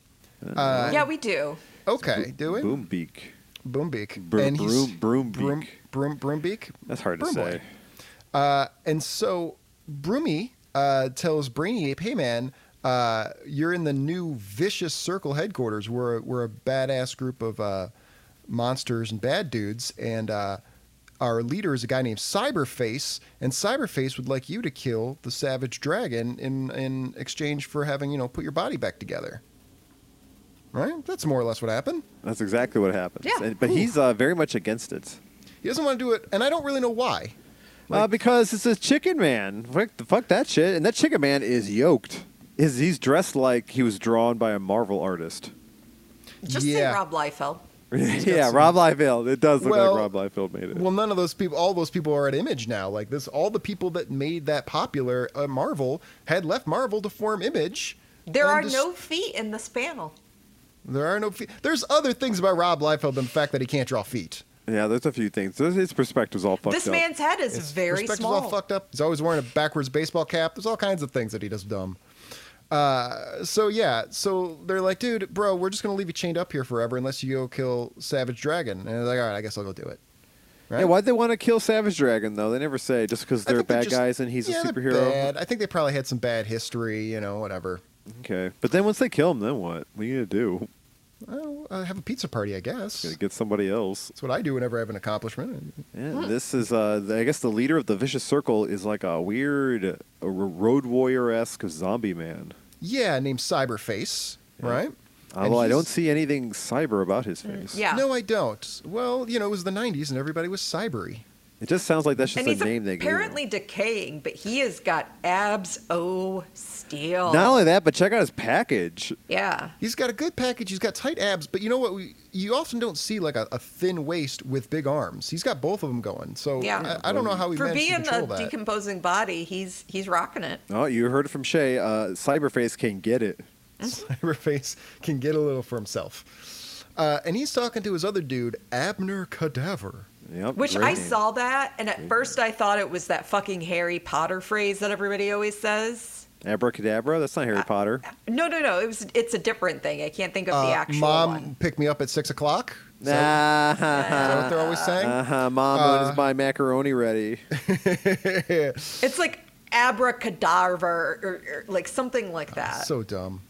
Uh, yeah, we do. Okay, do we? boom beak. Boombeak. Bro- he's- Broom- Broombeak. Broom, broom, Broombeak. That's hard to Broom say. Boy. Uh, and so Broomy uh, tells Brainy Ape, hey man, uh, you're in the new Vicious Circle headquarters. We're, we're a badass group of uh, monsters and bad dudes. And uh, our leader is a guy named Cyberface. And Cyberface would like you to kill the Savage Dragon in, in exchange for having, you know, put your body back together. Right? That's more or less what happened. That's exactly what happens. Yeah. And- but he's uh, very much against it. He doesn't want to do it, and I don't really know why. uh, because it's a chicken man. Fuck, fuck that shit. And that chicken man is yoked. Is he's dressed like he was drawn by a Marvel artist. [LAUGHS] Just Yeah. say Rob Liefeld. yeah, Rob Liefeld. It does look Well- like Rob Liefeld made it. Well, none of those people, all those people are at Image now. Like this, all the people that made that popular uh, Marvel had left Marvel to form Image. There and are just- no feet in this panel. there are no. Fe- There's other things about Rob Liefeld than the fact that he can't draw feet. Yeah, there's a few things. His- His perspective's all fucked this up. man's head is very Perspective's small. all fucked up. He's always wearing a backwards baseball cap. There's all kinds of things that he does dumb. Uh, so yeah, so they're like, dude, bro, we're just gonna leave you chained up here forever unless you go kill Savage Dragon. And they're like, all right, I guess I'll go do it. Yeah, why'd they want to kill Savage Dragon though? They never say just because I they're think they bad just- guys and he's yeah, they're a superhero. bad. I think they probably had some bad history, you know, whatever. Okay, but then once they kill him, then what? What are you gonna do? Well, uh, have a pizza party, I guess. Gonna get somebody else? That's what I do whenever I have an accomplishment. Yeah, this is. Uh, the- I guess the leader of the vicious circle is like a weird uh, r- road warrior esque zombie man. Yeah, named Cyberface, right? And Although Uh, I he's- don't see anything cyber about his face. Mm, Yeah. No, I don't. Well, you know, it was the 90s and everybody was cybery. It just sounds like that's just and a he's name they gave. him. apparently decaying, but he has got abs. Oh, steel. Not only that, but check out his package. yeah. He's got a good package. He's got tight abs, but you know what? We, you often don't see like a, a thin waist with big arms. He's got both of them going. So Yeah. I, I don't know how he For managed to being a control that. decomposing body, he's he's rocking it. Oh, you heard it from Shay. Uh, Cyberface can get it. [LAUGHS] Cyberface can get a little for himself. Uh, and he's talking to his other dude, Abner Cadaver. Yep, Which great I name. saw that, and at first I thought it was that fucking Harry Potter phrase that everybody always says. Abracadabra. That's not Harry Uh, Potter. No, no, no. It was. It's a different thing. I can't think of Uh, the actual Mom, one. pick me up at six o'clock. Is that- is that Nah. what they're always saying? [LAUGHS] Uh-huh. Mom, when Uh. is my [LAUGHS] macaroni ready? It's like abracadabra or, or like something like that. Uh, So dumb.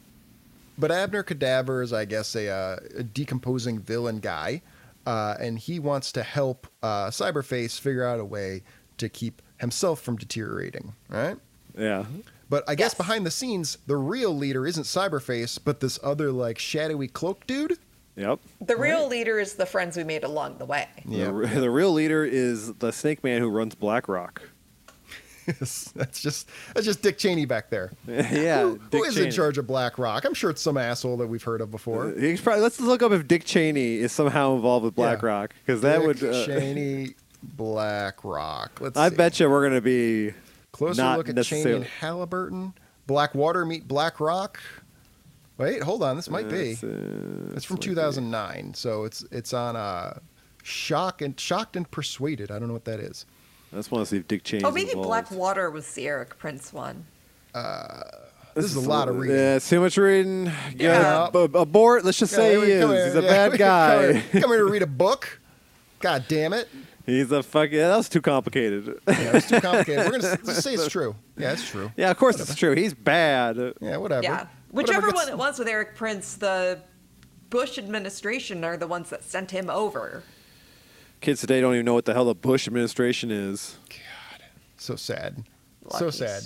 But Abner Cadaver is, I guess, a, uh, a decomposing villain guy, uh, and he wants to help uh, Cyberface figure out a way to keep himself from deteriorating, right? yeah. But I guess Yes. behind the scenes, the real leader isn't Cyberface, but this other, like, shadowy cloak dude. Yep. the real leader is the friends we made along the way. Yeah. The, re- the real leader is the snake man who runs BlackRock. [LAUGHS] that's just that's just Dick Cheney back there. yeah. Who- who Dick is in Cheney. Uh, charge of BlackRock? I'm sure it's some asshole that we've heard of before. He's probably, let's look up if Dick Cheney is somehow involved with Yeah. BlackRock because that Dick would. Uh, Cheney BlackRock. Let's I see. bet you we're gonna be Closer not look at Cheney and necessarily. Halliburton. Blackwater meet BlackRock. Wait, hold on. This might be. That's, uh, It's from 2009, so it's it's on uh, shock and shocked and persuaded. I don't know what that is. I just want to see if Dick Cheney. Oh, maybe Blackwater was the Eric Prince one. This, is a lot of reading. Yeah, it's too much reading. Yeah. Yeah, ab- abort. Let's just Yeah, say we- he is. come here, He's yeah, a we- [LAUGHS] bad Come guy. here, come here to read a book. God damn it! [LAUGHS] He's a fuck. Yeah, that was too complicated. [LAUGHS] Yeah, it's too complicated. We're gonna s- let's say it's true. Yeah, it's true. yeah, of course it's true. He's bad. Yeah, whatever. Yeah. Whichever gets- one it was with Eric Prince, the Bush administration are the ones that sent him over. Kids today don't even know what the hell the Bush administration is. So sad. So Luckies. sad.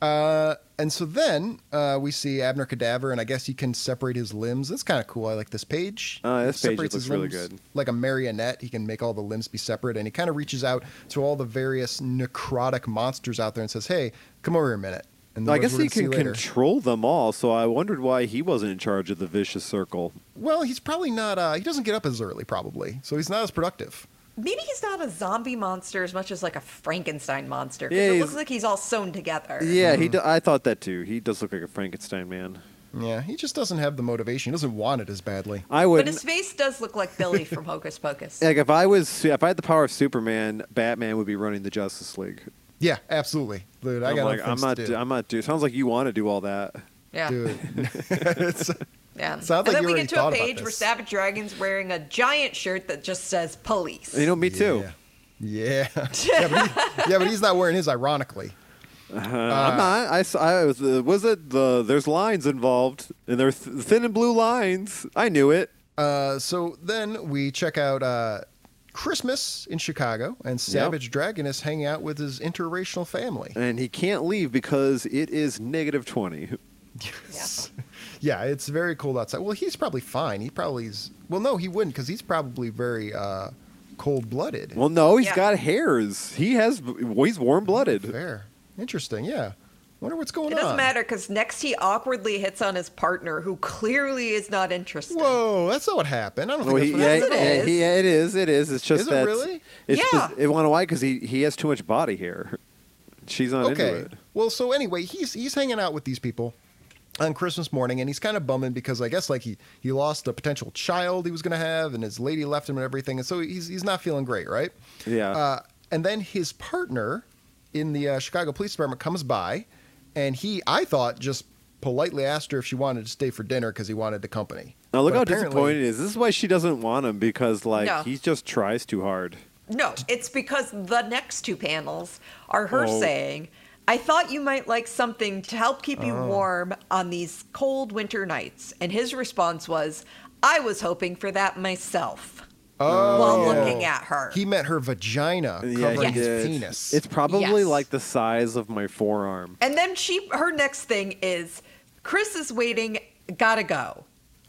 Uh, and so then uh, we see Abner Cadaver, and I guess he can separate his limbs. That's kind of cool. I like this page. Uh, this It page separates his looks really limbs good. Like a marionette, he can make all the limbs be separate, and he kind of reaches out to all the various necrotic monsters out there and says, "Hey, come over here a minute." And I the ones guess we're he gonna see can later. control them all. So I wondered why he wasn't in charge of the vicious [CLEARS THROAT] circle. Well, he's probably not. Uh, he doesn't get up as early, probably, so he's not as productive. Maybe he's not a zombie monster as much as like a Frankenstein monster. 'cause Yeah, it he's- looks like he's all sewn together. Yeah, Mm-hmm. he. Do, I thought that too. He does look like a Frankenstein man. Yeah, he just doesn't have the motivation. He doesn't want it as badly. I But would. his face does look like [LAUGHS] Billy from Hocus Pocus. Like if I was, if I had the power of Superman, Batman would be running the Justice League. Yeah, absolutely, dude. I I'm got like, other I'm things not, to do- do. I'm not. Do, sounds like you want to do all that. Yeah. dude. It's- Yeah. Sounds like and then you we already get to thought a about page where this. Savage Dragon's wearing a giant shirt that just says police. You know, [LAUGHS] [LAUGHS] me too. Yeah. [LAUGHS] Yeah. yeah, but he- yeah, but he's not wearing his ironically. Uh, I'm not. I, s- I was, uh, was it the? There's lines involved, and they're th- thin and blue lines. I knew it. Uh, so then we check out uh, Christmas in Chicago, and Savage Dragon is hanging out with his interracial [LAUGHS] family. And he can't leave because it is negative twenty. [LAUGHS] Yeah, it's very cold outside. Well, he's probably fine. He probably is. Well, no, he wouldn't because he's probably very uh, cold blooded. Well, no, he's Yeah. got hairs. He has. well, He's warm blooded. Fair. Interesting. Yeah. Wonder what's going It on. doesn't matter because next he awkwardly hits on his partner, who clearly is not interested. Whoa, that's not what happened. I don't Well, think he, that's what yeah, happened at it all. yeah, he- yeah, it is. It is. It's just Is it that. really? It's Yeah. Just, it wanna why? Because he he has too much body hair. She's not okay. into it. Well, so anyway, he's he's hanging out with these people on Christmas morning, and he's kind of bumming because I guess like he he lost a potential child he was gonna have, and his lady left him and everything, and so he's he's not feeling great, right? Yeah. Uh, and then his partner in the uh, Chicago Police Department comes by, and he I thought just politely asked her if she wanted to stay for dinner because he wanted the company. Now look But how apparently- disappointed he is. This is why she doesn't want him because like No. he just tries too hard. No, it's because the next two panels are her Oh. saying, I thought you might like something to help keep Oh. you warm on these cold winter nights. And his response was, I was hoping for that myself. Oh, while yeah. looking at her. He meant her vagina Yeah, covering he his did. penis. It's probably Yes. like the size of my forearm. and then she her next thing is Chris is waiting, gotta go.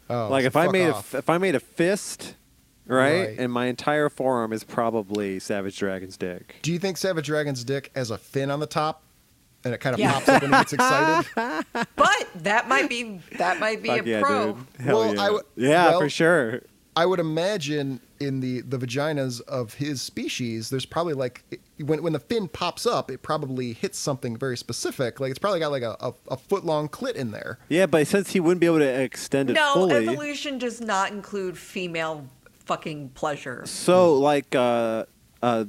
Oh, like if I fuck made a off. f- if I made a fist, right? Right. And my entire forearm is probably Savage Dragon's dick. Do you think Savage Dragon's dick has a fin on the top, and it kind of Yeah. pops up when he gets excited? [LAUGHS] But that might be that might be Fuck a yeah, pro. dude. Hell Well, yeah. I w- yeah, well- for sure. I would imagine in the the vaginas of his species, there's probably like when when the fin pops up, it probably hits something very specific. Like it's probably got like a, a, a foot long clit in there. Yeah, but since he wouldn't be able to extend it No, fully, evolution does not include female fucking pleasure. so like, uh, uh,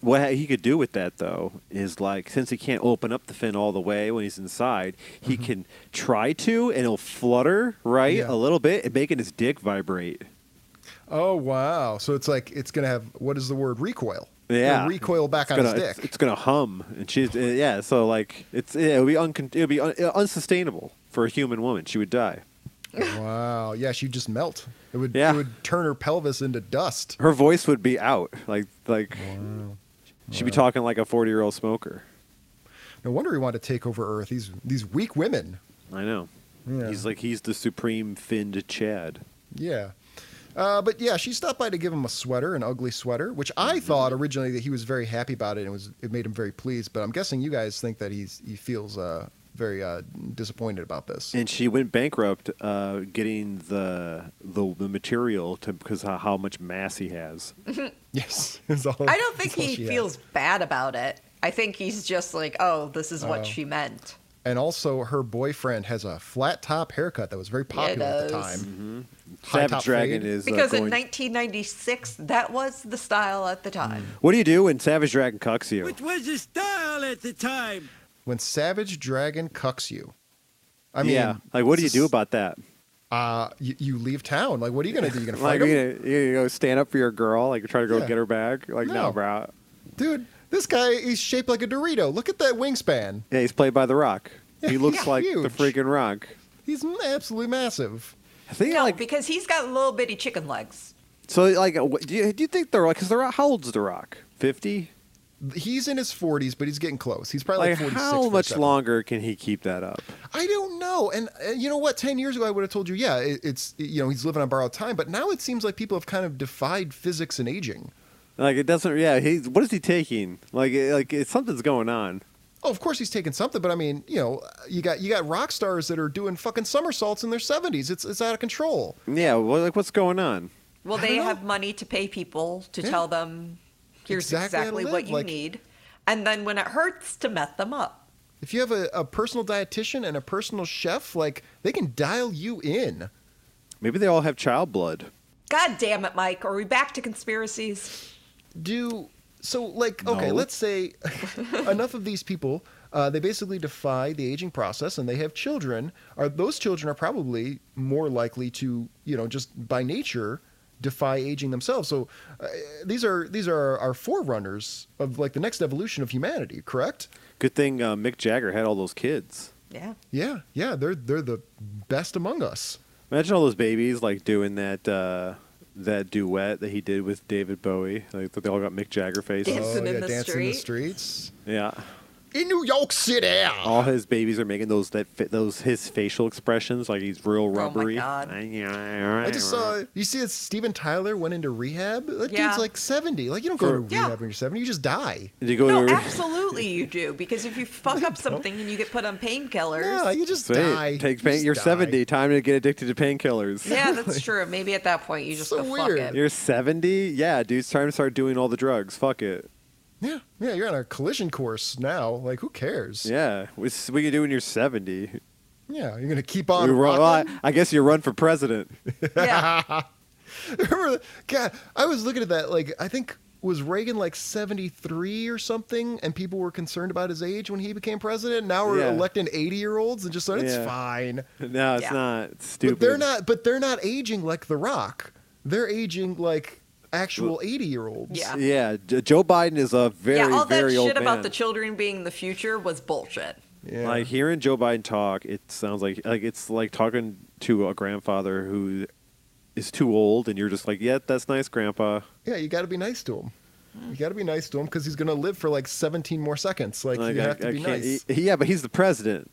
what he could do with that though is like, since he can't open up the fin all the way when he's inside, he can try to, and it'll flutter right Mm-hmm. Yeah. a little bit, and making his dick vibrate. Oh wow! So it's like it's gonna have what is the word recoil? Yeah. It'll recoil back It's on gonna, his it's, dick. it's gonna hum, and she's uh, yeah. So like, it's yeah, it'll be uncon- it'll be un- unsustainable for a human woman. She would die. Oh, wow! Yeah, she'd just melt. It would Yeah. it would turn her pelvis into dust. Her voice would be out, like like she'd be talking like a forty year old smoker. No wonder he wanted to take over Earth. These these weak women. I know. Yeah. He's like he's the supreme finned Chad. Yeah. Uh, but yeah, she stopped by to give him a sweater, an ugly sweater, which I Mm-hmm. thought originally that he was very happy about it and was it made him very pleased. But I'm guessing you guys think that he's he feels uh, very uh, disappointed about this. And she went bankrupt, uh, getting the the, the material to because how, how much mass he has. yes, [LAUGHS] is all- I don't think is all he she had. feels bad about it. I think he's just like, oh, this is what she meant. And also, her boyfriend has a flat top haircut that was very popular at the does. time. High Mm-hmm. Savage top Dragon fade. is uh, Because in going- 1996, that was the style at the time. What do you do when Savage Dragon cucks you? was the style at the time. When Savage Dragon cucks you, I mean, yeah, like what do you it's do just- about that? Uh, you, you leave town. Like, what are you gonna do? [LAUGHS] You gonna Like fight you him? know, you know, stand up for your girl, like try to go Yeah. get her back. Like no, No. bro. dude? This guy, he's shaped like a Dorito. Look at that wingspan. Yeah, he's played by the Rock. He looks Yeah, like the huge. freaking Rock. He's absolutely massive. I think No, like because he's got little bitty chicken legs. so. Like, what- do you, do you think the Rock? Because the Rock, how old's the Rock? Fifty. He's in his 40s, but he's getting close. He's probably Like, like, 46. how much 47. longer can he keep that up? I don't know. And uh, you know what? 10 years ago, I would have told you, yeah, it, it's, you know, he's living on borrowed time. But now it seems like people have kind of defied physics and aging. Like it doesn't. Yeah, he's what is he taking? Like, it- like it, something's going on. Oh, of course he's taking something, but I mean, you know, you got you got rock stars that are doing fucking somersaults in their 70s. It's it's out of control. Yeah, well, like what's going on? Well, they have money to pay people to Yeah. tell them here's Exactly exactly, how to what live, you like- need, and then when it hurts, to meth them up. If you have a, a personal dietitian and a personal chef, like they can dial you in. Maybe they all have child blood. God damn it, Mike! Are we back to conspiracies? do so like okay No. let's say [LAUGHS] enough of these people uh, they basically defy the aging process and they have children are those children are probably more likely to you know just by nature defy aging themselves so uh, these are these are our forerunners of like the next evolution of humanity correct Good thing uh, Mick Jagger had all those kids. Yeah. yeah yeah they're they're the best among us Imagine all those babies like doing that uh, that duet that he did with David Bowie. Like they all got Mick Jagger faces. Dancing Oh, in the dancing in the street. streets Yeah, in new york city all his babies are making those that fit those his facial expressions. Like he's real my rubbery. God. I I just saw. You see, that Steven Tyler went into rehab. That Yeah. dude's like seventy. Like you don't go to For- rehab Yeah. when you're seventy. You just die. Did you go No, to? absolutely you do. Because if you [LAUGHS] fuck up something and you get put on Yeah, painkillers, you just Sweet. die. Take you pain. just You're die. 70. Time to get addicted to painkillers. yeah, that's true. Maybe at that point you just So go fuck weird. it. You're 70? Yeah, dude, it's time to start doing all the drugs. Fuck it. Yeah, yeah. You're on a collision course now. Like who cares? Yeah. What's what you do when you're 70? Yeah, you're gonna keep You on. run, well, rocking? I I guess you run for president. [LAUGHS] Yeah. [LAUGHS] Remember, that- God, I was looking at that. Like I think was Reagan like seventy three or something, and people were concerned about his age when he became president. Now we're Yeah. electing eighty year olds and just like it's Yeah. fine. No, it's Yeah. not. It's stupid. But they're not. But they're not aging like The Rock. They're aging like actual eighty-year-olds. Yeah. Yeah, J- Joe Biden is a very, yeah, all that very old shit about man. the children being the future was bullshit. Yeah. Like hearing Joe Biden talk, it sounds like like it's like talking to a grandfather who is too old, and you're just like, yeah, that's nice, grandpa. yeah, you got to be nice to him. You got to be nice to him because he's gonna live for like seventeen more seconds. Like, you have to be can't- e-, nice. he- yeah, but he's the president.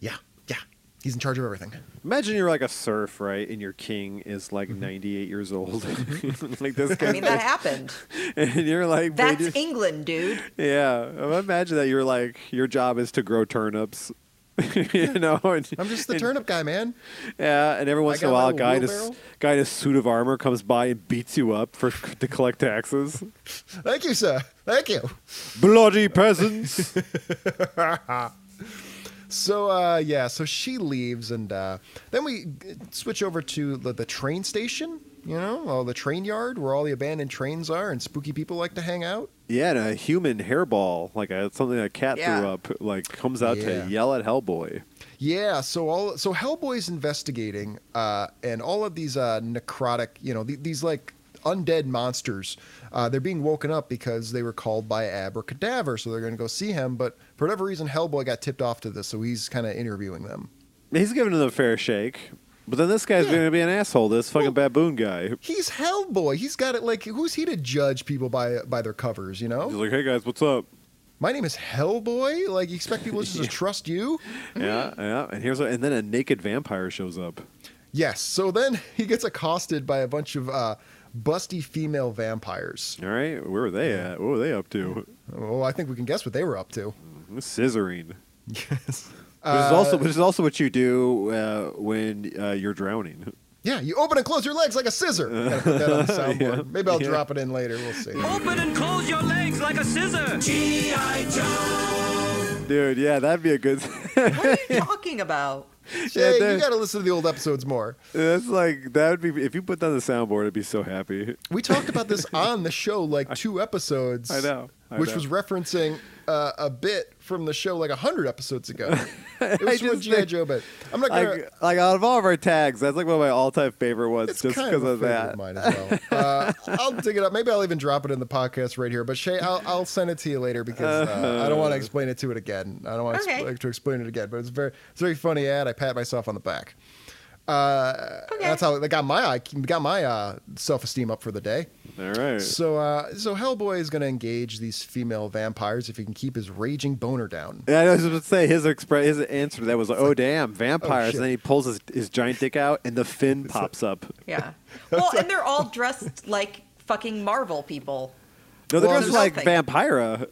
yeah, yeah. He's in charge of everything. Imagine you're like a serf, right? And your king is like Mm-hmm. [LAUGHS] 98 years old. [LAUGHS] like this guy. I mean, that [LAUGHS] happened. [LAUGHS] and you're like, they That's just- England, dude. yeah. Imagine that you're like, your job is to grow turnips. [LAUGHS] [LAUGHS] you know, and, I'm just the and- turnip guy, man. Yeah, and every once in got a while, my a guy in a, s- wheelbarrow. guy in a suit of armor comes by and beats you up for [LAUGHS] to collect taxes. Thank you, sir. Thank you. Bloody [LAUGHS] peasants! So uh, yeah, so she leaves, and uh, then we uh, switch over to the, the train station. You know, all the train yard where all the abandoned trains are, and spooky people like to hang out. yeah, and a human hairball, like a, something a cat Yeah. threw up, like comes out Yeah. to yell at Hellboy. Yeah, so all so Hellboy's investigating, uh, and all of these uh, necrotic, you know, th- these like undead monsters, uh, they're being woken up because they were called by Abracadaver, so they're going to go see him. But for whatever reason, Hellboy got tipped off to this, so he's kind of interviewing them. He's giving them a fair shake, but then this guy's going to be an asshole. This fucking baboon guy. He's Hellboy. He's got it. Like, who's he to judge people by by their covers? You He's know, like, "Hey guys, what's up?" my name is Hellboy. Like, you expect people just to trust you? yeah, yeah. And here's a, and then a naked vampire shows up. Yes. So then he gets accosted by a bunch of uh, busty female vampires. All right, where were they at? What were they up to? Oh, I think we can guess what they were up to. Scissoring. Yes. Which is also which is also what you do uh, when uh, you're drowning. Yeah, you open and close your legs like a scissor. Gotta put that [LAUGHS] on the soundboard. Maybe I'll drop it in later. We'll see. Open and close your legs like a scissor. Dude, yeah, that'd be a good. [LAUGHS] What are you talking about? Yeah, there- you gotta listen to the old episodes more. that's like that would be if you put that on the soundboard, I'd be so happy. We talked about [LAUGHS] this on the show like two episodes. I know, I which know. was referencing uh, a bit from the show like hundred episodes [LAUGHS] ago. It was from a just GI think- Joe bit. I'm not gonna. Like, like out of all of our tags, that's like one of my all-time favorite ones, it's just kind because of, of, a favorite that. of mine as well. [LAUGHS] Uh, I'll dig it up. Maybe I'll even drop it in the podcast right here. But Shay, I'll, I'll send it to you later because uh, I don't want to explain it to it again. I don't want Okay. to, to explain it again. But it's very, it's a very funny ad. I pat myself on the back. Uh, Okay. That's how they got my I got my uh, self esteem up for the day. All right. So uh, so Hellboy is going to engage these female vampires if he can keep his raging boner down. Yeah, I was going to say his express, his answer to that was, "Oh damn, vampires!" shit. and then he pulls his, his giant dick out, and the fin [LAUGHS] pops up. [LAUGHS] Yeah. Well, and they're all dressed like fucking Marvel people. No, they're Well, just there's like nothing. Vampira.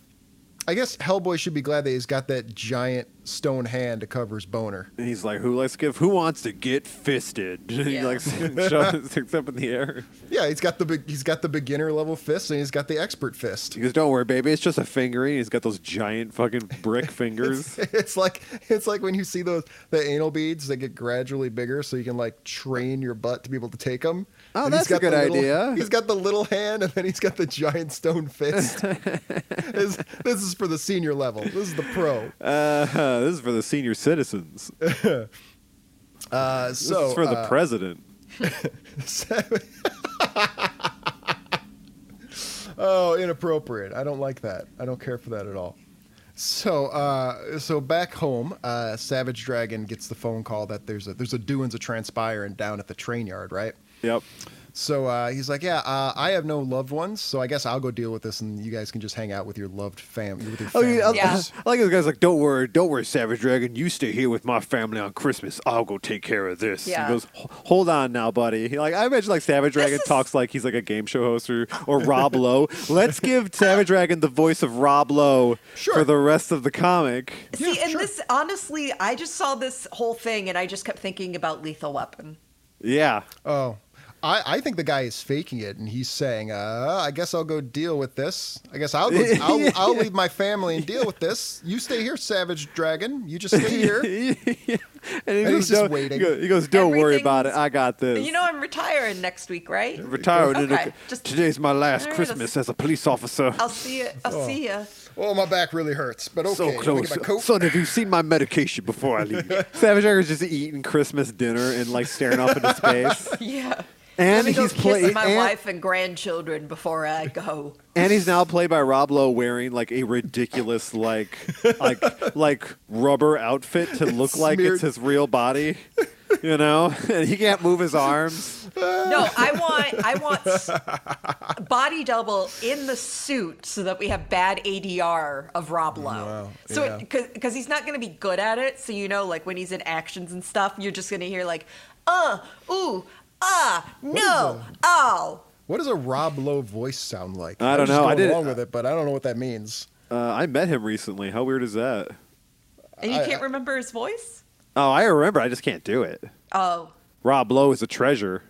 I guess Hellboy should be glad that he's got that giant stone hand to cover his boner. And he's like, "Who likes to give? Who wants to get fisted?" [LAUGHS] And he Yeah. like shoves, [LAUGHS] sticks up in the air. Yeah, he's got the big, he's got the beginner level fist and he's got the expert fist. He goes, "Don't worry, baby. It's just a fingering." He's got those giant fucking [LAUGHS] brick fingers. It's like it's like when you see those the anal beads that get gradually bigger, so you can like train your butt to be able to take them. Oh, that's a good idea. He's got the little hand, and then he's got the giant stone fist. [LAUGHS] this, this is for the senior level. This is the pro. Uh, this is for the senior citizens. This Uh, so is for the president. president. [LAUGHS] oh, inappropriate. I don't like that. I don't care for that at all. So, uh, so back home, uh, Savage Dragon gets the phone call that there's a there's a doings a transpiring down at the train yard, right? Yep. So uh, he's like, "Yeah, uh, I have no loved ones, so I guess I'll go deal with this, and you guys can just hang out with your loved fam." With your Oh, yeah, I, families." Yeah. [LAUGHS] I like this guy's like, "Don't worry, don't worry, Savage Dragon. You stay here with my family on Christmas. I'll go take care of this." Yeah. He goes, "H- "Hold on now, buddy." He, like I imagine, like Savage Dragon is- talks like he's like a game show host or, or Rob [LAUGHS] Lowe. Let's give Savage Dragon the voice of Rob Lowe for Sure. the rest of the comic. See, and this honestly, I just saw this whole thing and I just kept thinking about Lethal Weapon. Yeah. Oh, I, I think the guy is faking it, and he's saying, uh, "I guess I'll go deal with this. I guess [LAUGHS] I'll go, I'll, I'll leave my family and deal with this. You stay here, Savage Dragon. You just stay [LAUGHS] here." and he goes, he's just "Don't-" waiting. He goes, he goes, don't worry about it. Everything's- I got this. You know, I'm retiring next week, right? retired. and Okay, it- just- today's my last All right, Christmas let's- as a police officer. I'll see you. I'll see you. Oh, my back really hurts, but okay. so let me close, get my coat. son. Have you seen my medication before [LAUGHS] I leave? Savage Dragon's just eating Christmas dinner and like staring off into space, Yeah. Let and me go he's kiss playing. my And, wife and grandchildren before I go. [LAUGHS] and he's now played by Rob Lowe wearing like a ridiculous like like like rubber outfit to look like Smeared- it's his real body. you know, [LAUGHS] and he can't move his arms. No, I want I want s- body double in the suit so that we have bad ADR of Rob Lowe. So because he's not going to be good at it, so you know, like when he's in actions and stuff, you're just going to hear like, uh, ooh, ah, no, oh. What does a Rob Lowe voice sound like? I don't I'm just know. I Going didn't- along with it, but I don't know what that means. Uh, I met him recently. How weird is that? And you can't remember his voice. Oh, I remember. I just can't do it. Oh, Rob Lowe is a treasure.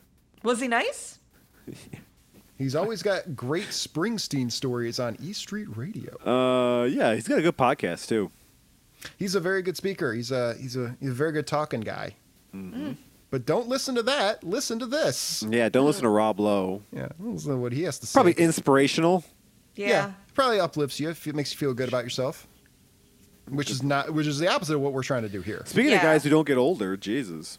was he nice? He's always got great Springsteen stories on E Street Radio. Uh, yeah, he's got a good podcast too. He's a very good speaker. He's a he's a he's a very good talking guy. Mm-hmm. But don't listen to that. Listen to this. Yeah, don't listen to Rob Lowe. Yeah, listen to what he has to say. Probably inspirational. Yeah. probably uplifts you. If it makes you feel good about yourself, which is not which is the opposite of what we're trying to do here. Speaking of Yeah. guys who don't get older, Jesus.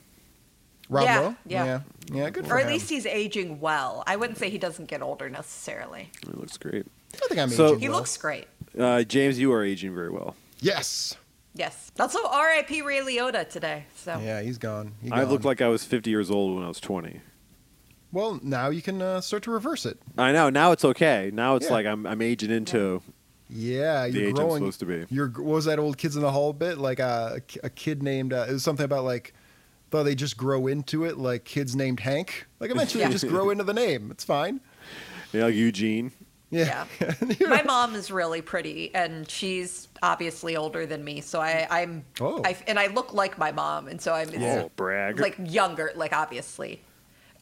Rob Yeah, Lowe. yeah. yeah, yeah. Good for Or at him. least he's aging well. I wouldn't say he doesn't get older necessarily. It looks great. I think I'm So- aging He well. looks great. Uh, James, you are aging very well. Yes. Yes. Also, R.I.P. Ray Liotta today. So Yeah, he's gone. He I gone. looked like I was 50 years old when I was 20. Well, now you can uh, start to reverse it. I know. Now it's okay. Now it's Yeah. like I'm, I'm aging into. Yeah, The you're age I'm growing. supposed to be. You're what was that old kids in the hall bit? Like uh, a, a kid named uh, it was something about like though they just grow into it. Like kids named Hank. Like eventually Yeah. you just grow into the name. It's fine. You know, Eugene. Yeah. [LAUGHS] My mom is really pretty, and she's obviously older than me. So I, I'm, Oh. I, and I look like my mom, and so I'm it's Oh, brag. like younger, like obviously.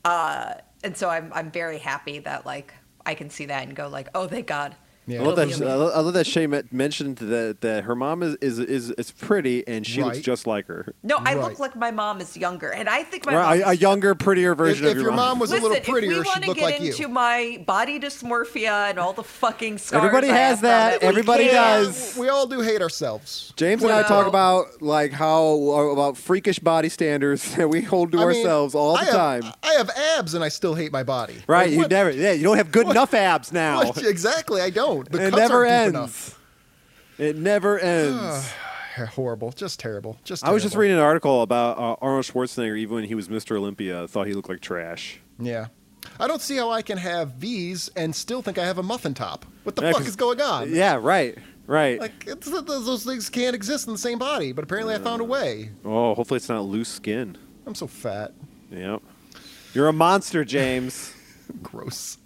Uh, and so I'm, I'm very happy that like I can see that and go like, oh, thank God. Yeah. I love It'll that. be I amazing. love, I love that Shay met- mentioned that, that her mom is is, is is pretty and she looks Right. just like her. No, I Right. look like my mom is younger, and I think my Right, mom. a, a younger, prettier If, version if of your, your mom was Listen, a little if we prettier, want she'd to look get like you. into my body dysmorphia and all the fucking scars, Everybody I has have from that. it, we Everybody can't- does. we all do hate ourselves. James and I talk Well- about like how uh, about freakish body standards [LAUGHS] that we hold to I mean, ourselves all the I have- time. I have abs and I still hate my body. right? Like, you what- never. Yeah, you don't have good enough abs [LAUGHS] now. what- exactly. I don't. The it cuts never aren't deep enough. ends. It [SIGHS] never ends. horrible, just terrible, just. I was just terrible. reading an article about uh, Arnold Schwarzenegger. Even when he was Mr. Olympia, thought he looked like trash. Yeah, I don't see how I can have these and still think I have a muffin top. What the Yeah, fuck 'cause- is going on? Yeah, right, right. like it's, th- th- those things can't exist in the same body. But apparently, I found a way. oh, hopefully it's not loose skin. I'm so fat, Yep. You're a monster, [LAUGHS] James. gross.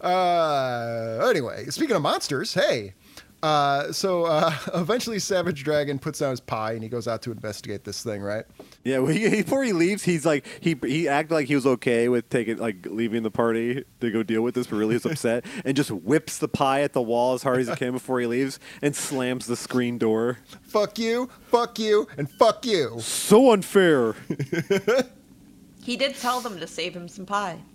Uh, anyway, speaking of monsters, hey. Uh, so uh, [LAUGHS] eventually, Savage Dragon puts down his pie and he goes out to investigate this thing, right? yeah. Well, he, before he leaves, he's like he he acted like he was okay with taking like leaving the party to go deal with this, but really is [LAUGHS] upset and just whips the pie at the wall as hard as he can before he leaves and slams the screen door. Fuck you, fuck you, and fuck you. So unfair. He did tell them to save him some pie. [LAUGHS]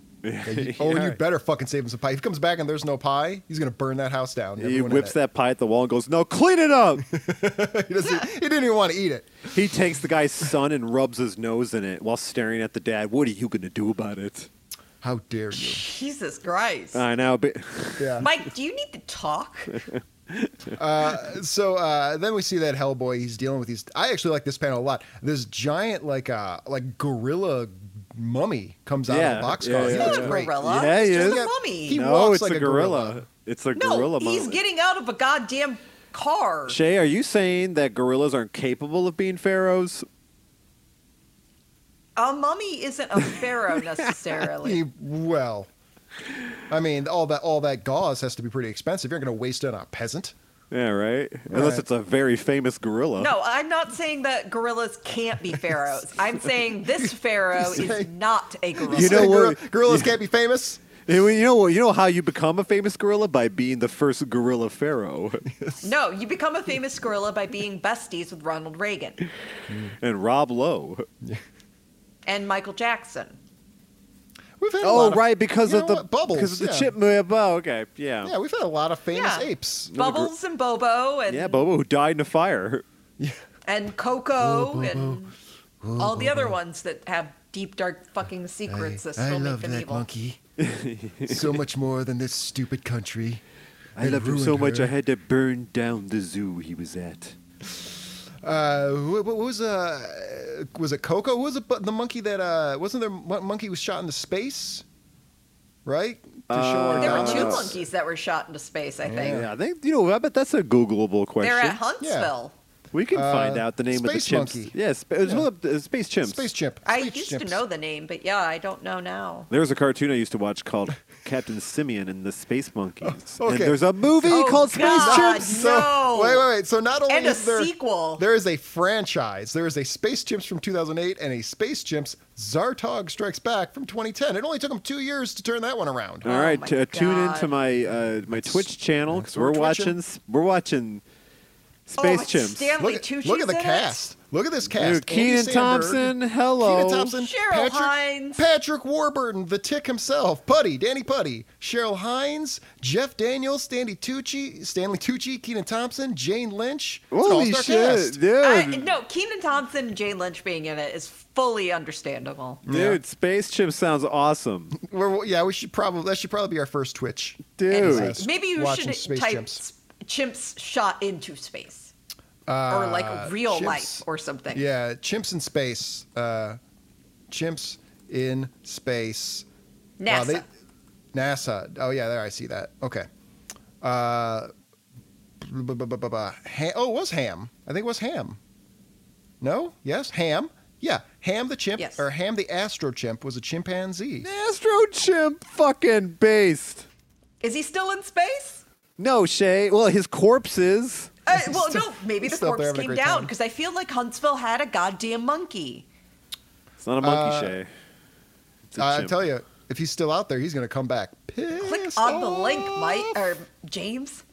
Oh, Yeah. you better fucking save him some pie. If he comes back and there's no pie, he's gonna burn that house down. He everyone in whips it. that pie at the wall and goes, "No, clean it up." [LAUGHS] [LAUGHS] He, doesn't, he didn't even want to eat it. he takes the guy's son and rubs his nose in it while staring at the dad. What are you gonna do about it? How dare you? Jesus Christ. I know, but Yeah. Mike, do you need to [LAUGHS] talk? So uh, then we see that Hellboy. He's dealing with these. I actually like this panel a lot. This giant, like, uh, like gorilla mummy comes out Yeah, of the box yeah, car. He yeah, looks Not a great. gorilla. Yeah, he It's just is. a [LAUGHS] mummy. He no, walks it's like a a gorilla. gorilla. It's a no, gorilla. he's moment. getting out of a goddamn car. Shay, are you saying that gorillas aren't capable of being pharaohs? A mummy isn't a [LAUGHS] pharaoh necessarily. He, well, I mean, all that all that gauze has to be pretty expensive. You're not gonna waste it on a peasant. Yeah, right. Unless Right. it's a very famous gorilla. No, I'm not saying that gorillas can't be pharaohs. I'm [LAUGHS] saying this pharaoh is saying- not a gorilla. You know Say what- gorilla- gorillas can't be famous. And when- You know, you know how you become a famous gorilla by being the first gorilla pharaoh, [LAUGHS] no, you become a famous gorilla by being besties with Ronald Reagan and Rob Lowe. and Michael Jackson. We've had a Oh, lot of- right, because you of know the what? bubbles. because of the yeah. chip move. Oh, okay, yeah, Yeah, we've had a lot of famous Yeah. apes. Bubbles and Bobo and yeah. Bobo who died in a fire. and Coco and all the other ones that have deep dark fucking secrets that still make them evil. monkey. so much more than this stupid country. I loved him so much I had to burn down the zoo he was at. Uh, what, what was uh, uh, was it Coco? Who was it, but the monkey that uh, wasn't there? Mon- monkey was shot into space, right? To show our There were two dominance. monkeys that were shot into space, I think. Yeah, I think you know. I bet that's a Googleable question. They're at Huntsville. we can find out the name Space of the chimps. monkey. Yeah, sp- it was called, uh, space chimps. Space chimp. I Space used to chimps. know the name, but yeah, I don't know now. There was a cartoon I used to watch called [LAUGHS] Captain Simeon and the Space [LAUGHS] Monkeys. okay. And there's a movie Oh, called Space God, Chimps. no. wait, wait, wait. So not only oh, And a is there sequel. there is a franchise. There is a Space Chimps from 2008 and a Space Chimps Zartog Strikes Back from 2010. It only took them two years to turn that one around. All right, Oh, my t- uh, tune into God. my uh, my Twitch channel because we're we're twitching. watching s- we're watching Space oh, it's Chimps. Stanley Look at, Tucci's look at the in it? cast. Look at this cast. Dude, Andy Keenan Samberg, Thompson, hello. Keenan Thompson, Cheryl Patrick, Hines. Patrick Warburton, the Tick himself, Putty, Danny Putty, Cheryl Hines, Jeff Daniels, Stanley Tucci, Stanley Tucci, Keenan Thompson, Jane Lynch. It's an Holy all-star shit, cast. dude! I, no, Keenan Thompson and Jane Lynch being in it is fully understandable. Dude, Space Chimps sounds awesome. We're, yeah, we should probably that should probably be our first Twitch. Dude, Anyway, Yes. maybe you Watching should space type chimps. chimps. shot into space. or like real Uh, chimps. life or something. Yeah, chimps in space. Uh, chimps in space. NASA. Wow, they- NASA. Oh yeah, there I see that. Okay. Uh, bu- bu- bu- bu- bu- Ham, oh, it was Ham. I think it was Ham. No? Yes, Ham. Yeah, Ham the chimp Yes. or Ham the astro chimp was a chimpanzee. Astro Chimp, fucking based. Is he still in space? No, Shay. Well, his corpse is. Uh, well, no, maybe the he's still there corpse having a came great down time. because I feel like Huntsville had a goddamn monkey. It's not a monkey, Shay. It's a Uh, I chimp. Uh, tell you, if he's still out there, he's gonna come back. Click pissed on the link, off. Mike or James.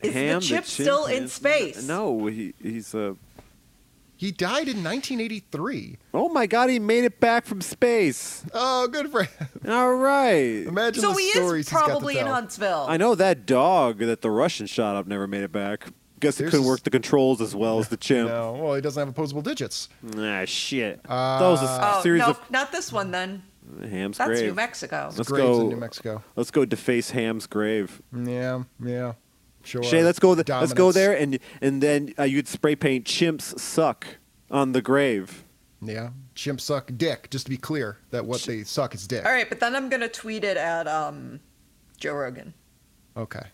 Is Ham the chip still in chimpanzee- space? No, he, he's a. He died in 1983. Oh my god, he made it back from space. Oh, good for him. All right. Imagine So the he stories is he's got to probably in tell. Huntsville. I know that dog that the Russian shot up never made it back. Guess it There's couldn't this- work the controls as well [LAUGHS] as the chimp. No, well, he doesn't have opposable digits. Ah, shit. that was a s- Uh, Oh series no, of not this one then. Ham's That's grave. New Mexico. Let's Graves go. in New Mexico. Let's go deface Ham's grave. Yeah, yeah. Sure. Shay, let's go. Th- let's go Dominance. there, and and then uh, you'd spray paint "Chimps suck" on the grave. Yeah, chimp suck dick. Just to be clear, that what they suck is dick. All right, but then I'm gonna tweet it at um, Joe Rogan. Okay,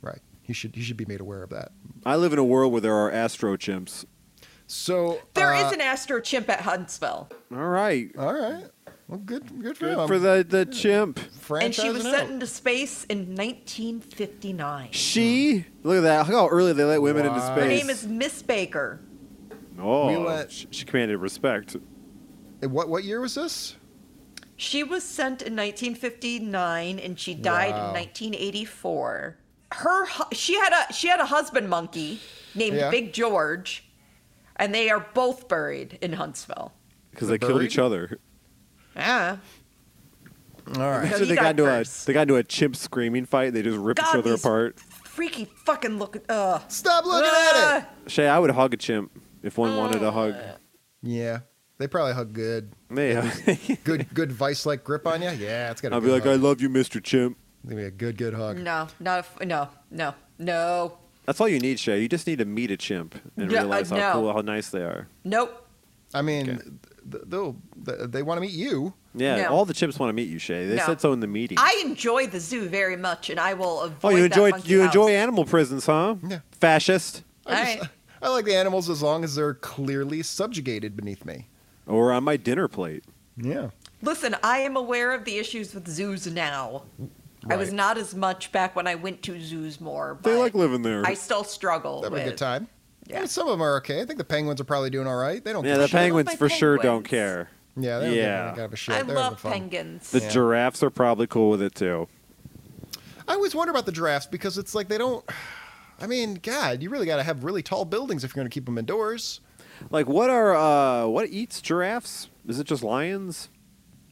right. He should he should be made aware of that. I live in a world where there are astro chimps. So There is uh, an astro chimp at Huntsville, All right, All right. Well, good good for good him. for the the chimp. and she was Franchising sent out. into space in 1959. She Hmm. look at that. Look how early they let women into Wow. space. Her name is Miss Baker. oh, We let- she, she commanded respect. And What what year was this? She was sent in 1959 and she died Wow. in 1984. Her hu- she had a she had a husband monkey named Yeah. Big George and they are both buried in Huntsville. Because they They're killed each buried? other. Yeah. All right. [LAUGHS] No, So he they died got into a first. they got into a chimp screaming fight. and They just ripped each God, other these apart. freaky fucking look uh Stop looking at Ah! it. Shay, I would hug a chimp if one wanted a hug. Uh. Yeah, they probably hug good. Yeah. Good good vice like grip on you. Yeah, it's gonna. [LAUGHS] I'd be be like, I hug. love you, Mr. Chimp. It's gonna be a good good hug. Uh, No, not if, no, no, no. That's all you need, Shay. You just need to meet a chimp and No, uh, realize how no. cool, how nice they are. Nope. I mean, Okay. th- they'll th- they want to meet you. Yeah, No. all the chimps want to meet you, Shay. They No. said so in the meeting. I enjoy the zoo very much and I will avoid oh, you that enjoy monkey you house. enjoy animal prisons, huh? Yeah. Fascist All right. I like the animals as long as they're clearly subjugated beneath me. or on my dinner plate. Yeah. Listen, I am aware of the issues with zoos now. I was Right. not as much back when I went to zoos more. But They like living there. I still struggle Having with a good time. Yeah. I mean, some of them are okay. I think the penguins are probably doing all right. They don't. yeah, give a the shit. penguins my for sure don't penguins. care. Yeah, they don't Yeah. yeah. Give a shit. I They're having love fun. penguins. The Yeah. giraffes are probably cool with it too. I always wonder about the giraffes because it's like they don't. I mean, God, you really got to have really tall buildings if you're going to keep them indoors. Like, what are uh, what eats giraffes? Is it just lions?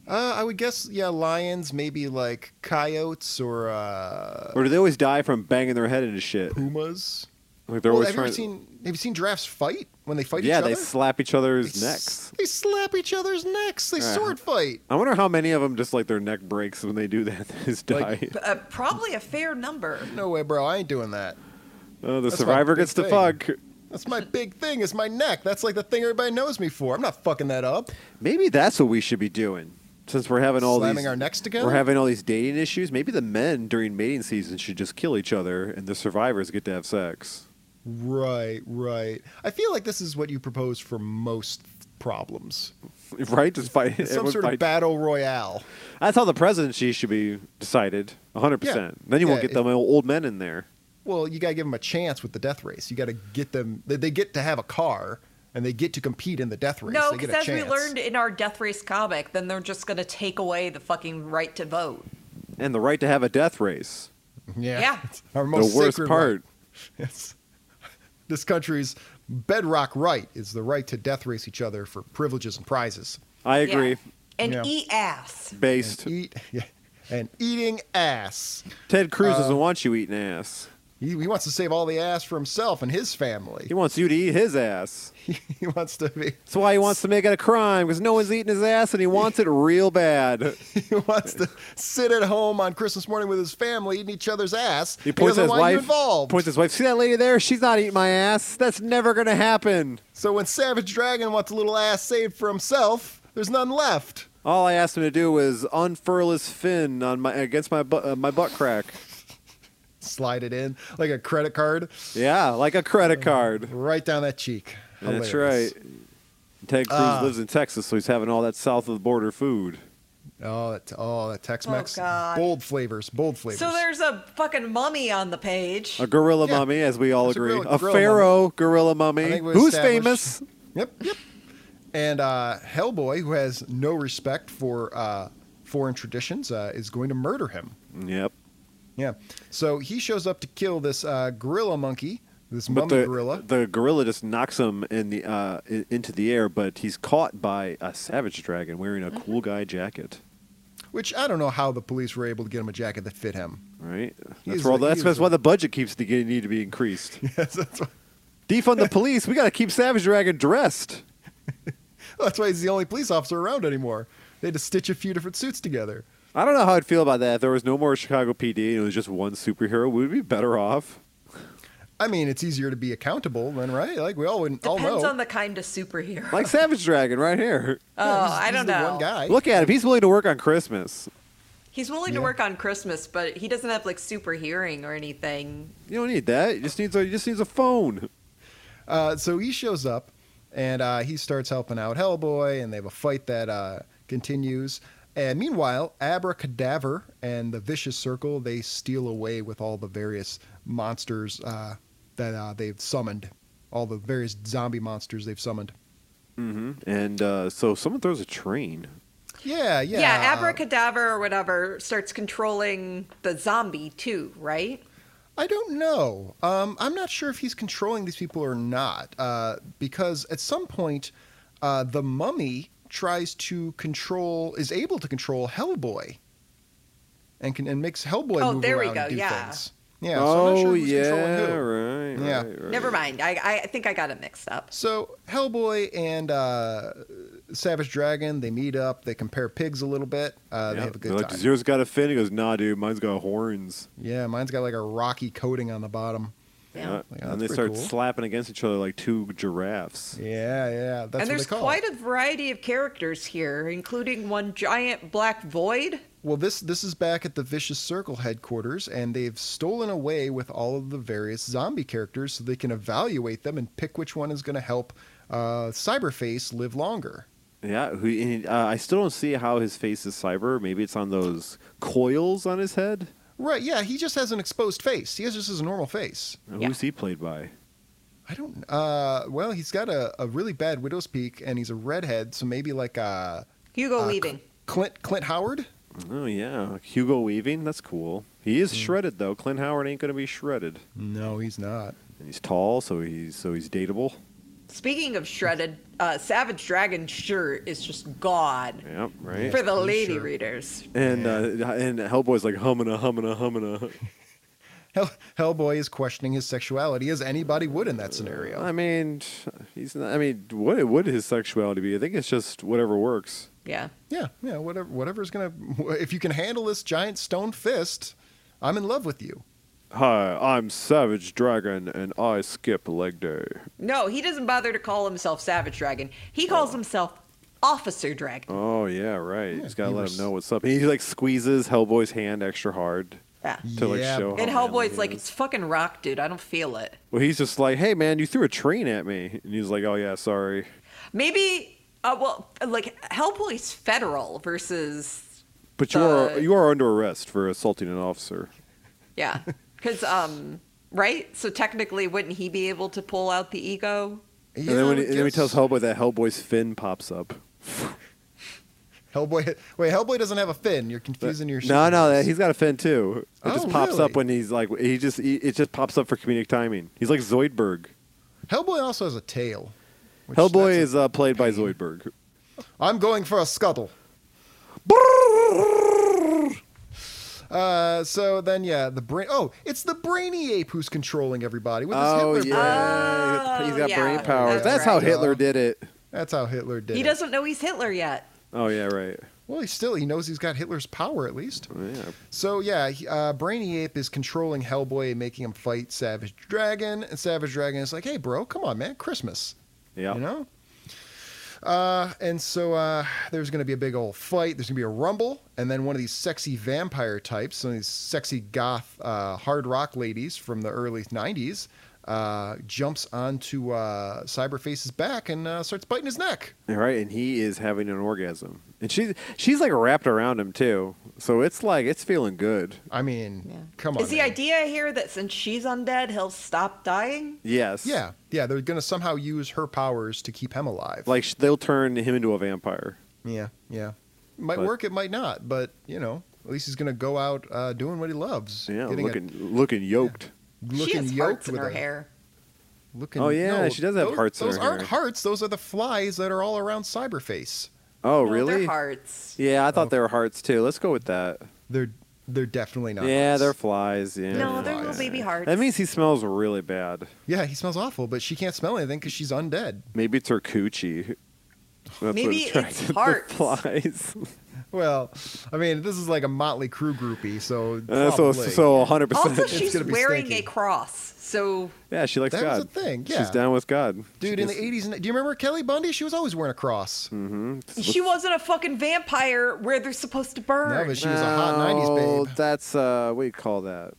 Uh, I would guess, yeah, lions, maybe like coyotes or uh, Or do they always die from banging their head into shit? pumas. Like they're Well, always have you ever trying. seen? Have you seen giraffes fight when they fight yeah, each other? they slap each other's They s- necks. Uh-huh. They slap each other's necks. They Yeah. sword fight. I wonder how many of them just like their neck breaks when they do that. They just die. [LAUGHS] Like- Uh, probably a fair number. No way, bro. I ain't doing that. oh, the that's my survivor big gets to thing. fuck. That's [LAUGHS] my big thing. Is my neck. That's like the thing everybody knows me for. I'm not fucking that up. Maybe that's what we should be doing. Since we're having all Slamming these, our necks together? we're having all these dating issues. Maybe the men during mating season should just kill each other, and the survivors get to have sex. [LAUGHS] Right, right. I feel like this is what you propose for most [LAUGHS] problems. Right? Just fight. It's some everyone sort fight. of battle royale. That's how the presidency should be decided. 100%. Then you Yeah, won't get if- the old men in there. Well, you got to give them a chance with the death race. You got to get them. They, they get to have a car and they get to compete in the death race. No, They get because a as we chance. learned in our Death Race comic, then they're just going to take away the fucking right to vote. And the right to have a death race. [LAUGHS] yeah, Yeah. It's [LAUGHS] our most the worst sacred part. right. Yes. [LAUGHS] this country's bedrock right is the right to death race each other for privileges and prizes. I agree. Yeah. And Yeah. eat ass. Based. Eat [LAUGHS] yeah, and eating ass. Ted Cruz Uh, doesn't want you eating ass. He, he wants to save all the ass for himself and his family. [LAUGHS] He wants you to eat his ass. he wants to be. [LAUGHS] That's why he wants to make it a crime because no one's eating his ass and he wants it real bad. He wants to sit at home on Christmas morning with his family eating each other's ass. He points doesn't at his want you wife. involved. Points at his wife. See that lady there? She's not eating my ass. That's never gonna happen. So when Savage Dragon wants a little ass saved for himself, there's none left. All I asked him to do was unfurl his fin on my against my bu- uh, my butt crack. Slide it in like a credit card, Yeah, like a credit card. right down that cheek. That's Hilarious. right. Ted Cruz Uh. lives in Texas, so he's having all that south of the border food. Oh, that, oh, that Tex-Mex, Oh, God. bold flavors, bold flavors. So there's a fucking mummy on the page. A gorilla Yeah. mummy, as we all There's a agree. gorilla- A, gorilla pharaoh gorilla I mummy, think we who's established- famous. Yep, yep. And uh, Hellboy, who has no respect for uh, foreign traditions, uh, is going to murder him. Yep. Yeah. So he shows up to kill this uh, gorilla monkey, this mummy But the gorilla. the gorilla just knocks him in the uh, i- into the air, but he's caught by a savage dragon wearing a cool guy jacket. Which I don't know how the police were able to get him a jacket that fit him. [LAUGHS] Right. That's He's where all a- the, that's, he's that's a- why the budget keeps to get, need to [LAUGHS] be increased. Yes, that's, why, Defund the police. We got to keep Savage Dragon dressed. that's why he's the only police officer around anymore. They had to stitch a few different suits together. I don't know how I'd feel about that. If there was no more Chicago PD and it was just one superhero, we'd be better off. I mean, it's easier to be accountable then, right? Like we all would all Depends know. on the kind of [LAUGHS] superhero. Like Savage Dragon right here. oh, I He's don't the know. one guy. Look at him. He's willing to work on Christmas. He's willing to Yeah. work on Christmas, but he doesn't have like super hearing or anything. You don't need that. He just needs a he just needs a phone. Uh, so he shows up and uh, he starts helping out Hellboy, and they have a fight that uh, continues. And meanwhile, Abracadaver and the Vicious Circle they steal away with all the various monsters uh, that uh, they've summoned, all the various zombie monsters they've summoned. Mm-hmm. And uh, so someone throws a train. Yeah, yeah, Yeah, uh, Abracadabra or whatever starts controlling the zombie too, right? I don't know. Um, I'm not sure if he's controlling these people or not, uh, because at some point, uh, the mummy tries to control, is able to control Hellboy, and can and makes Hellboy Oh, move there we around go, and do yeah. things. Yeah. so I'm not oh sure who's yeah, controlling who. right, Yeah. Uh, right, right. Never mind. I, I think I got it mixed up. So Hellboy and uh, Savage Dragon they meet up. They compare pigs a little bit. Uh, They Yeah. have a good They're like, time. "Does yours got a fin? He goes, nah, dude, mine's got horns. Yeah, mine's got like a rocky coating on the bottom. Yeah. Uh, Yeah, and that's they pretty start cool. slapping against each other like two giraffes. Yeah, yeah. That's and what there's they call quite it. a variety of characters here, including one giant black void. Well, this this is back at the Vicious Circle headquarters, and they've stolen away with all of the various zombie characters, so they can evaluate them and pick which one is going to help uh, Cyberface live longer. Yeah, who, and, uh, I still don't see how his face is cyber. Maybe it's on those coils on his head. Right? Yeah, he just has an exposed face. He has just his normal face. Uh, Yeah. Who's he played by? I don't. Uh, well, he's got a, a really bad widow's peak, and he's a redhead, so maybe like uh, Hugo Uh, leaving. Clint Clint Howard. Oh yeah, Hugo Weaving. That's cool. He Hmm. is shredded though. Clint Howard ain't gonna be shredded. No, he's not. And he's tall, so he's so he's dateable. Speaking of shredded, uh, Savage Dragon sure is just gone Yep, right. for the I'm lady sure. readers. And uh, and Hellboy's like humming a humming a humming a. Hell, Hellboy is questioning his sexuality, as anybody would in that scenario. I mean, he's not. I mean, what would his sexuality be? I think it's just whatever works. Yeah. Yeah, yeah, [LAUGHS] whatever, whatever's gonna. If you can handle this giant stone fist, I'm in love with you. Hi, I'm Savage Dragon, and I skip leg day. No, he doesn't bother to call himself Savage Dragon. He Oh. calls himself Officer Dragon. Oh yeah, right. He's got to you were let him s- know what's up. He like squeezes Hellboy's hand extra hard Yeah. to like Yeah. Oh, show. how manly And Hellboy's he like, is. it's fucking rock, dude. I don't feel it. Well, he's just like, hey man, you threw a train at me, and he's like, oh yeah, sorry. Maybe, uh, well, like Hellboy's federal versus, But you Uh, are you are under arrest for assaulting an officer. [LAUGHS] yeah, because um, right. So technically, wouldn't he be able to pull out the ego? Yeah, and then when I he, and then he guess. tells Hellboy that Hellboy's fin pops up. Hellboy. [LAUGHS] Wait, Hellboy doesn't have a fin. You're confusing your. no, no, that, he's got a fin too. It just Oh, pops really? up when he's like he just he, it just pops up for comedic timing. He's like Zoidberg. Hellboy also has a tail. which Hellboy that's is uh, played by Zoidberg. A, I'm going for a scuttle. Uh, so then, yeah, the brain. Oh, it's the brainy ape who's controlling everybody with his Hitler brain. brain. he's got Oh, brain yeah, powers. Oh, That's, that's how right. Hitler did it. That's how Hitler did. He it. doesn't know he's Hitler yet. Oh yeah, right. Well, he still he knows he's got Hitler's power at least. Oh, Yeah. So yeah, he- uh, Brainy Ape is controlling Hellboy and making him fight Savage Dragon, and Savage Dragon is like, "Hey, bro, come on, man, Christmas, Yeah. you know." Uh, and so uh, there's going to be a big old fight. There's going to be a rumble, and then one of these sexy vampire types, some of these sexy goth uh, hard rock ladies from the early '90s, uh, jumps onto uh, Cyberface's back and uh, starts biting his neck. All right, and he is having an orgasm, and she's she's like wrapped around him too. So it's like it's feeling good. I mean, come on. Is the man. idea here that since she's undead, he'll stop dying? Yes. Yeah, yeah, they're gonna somehow use her powers to keep him alive. Like sh- they'll turn him into a vampire. yeah, yeah, might But- work, it might not, but you know, at least he's gonna go out uh, doing what he loves. Yeah, getting a- looking looking yoked. she has yoked hearts in with her a- hair. Looking, Oh, yeah, no, she does have those, hearts in Those her aren't hair. hearts; those are the flies that are all around Cyberface. Oh No, really? [LAUGHS] They're hearts. Yeah, I thought Oh. they were hearts too. Let's go with that. They're they're definitely not. yeah, hearts. they're flies. Yeah. No, they're little flies. baby hearts. That means he smells really bad. yeah. He smells awful, but she can't smell anything because she's undead. Maybe it's her coochie. That's what Maybe it's attracted the hearts. flies. [LAUGHS] Well, I mean, this is like a Motley Crew groupie, so Uh, so probably. so 100. also, percent she's gonna be wearing stinky. a cross. So Yeah, she likes That God. was a thing, She's yeah. down with God. Dude, in the 80s, and- do you remember Kelly Bundy? She was always wearing a cross. she wasn't a fucking vampire where they're supposed to burn. No, but [LAUGHS] she was a hot 90s babe. That's uh, what do you call that?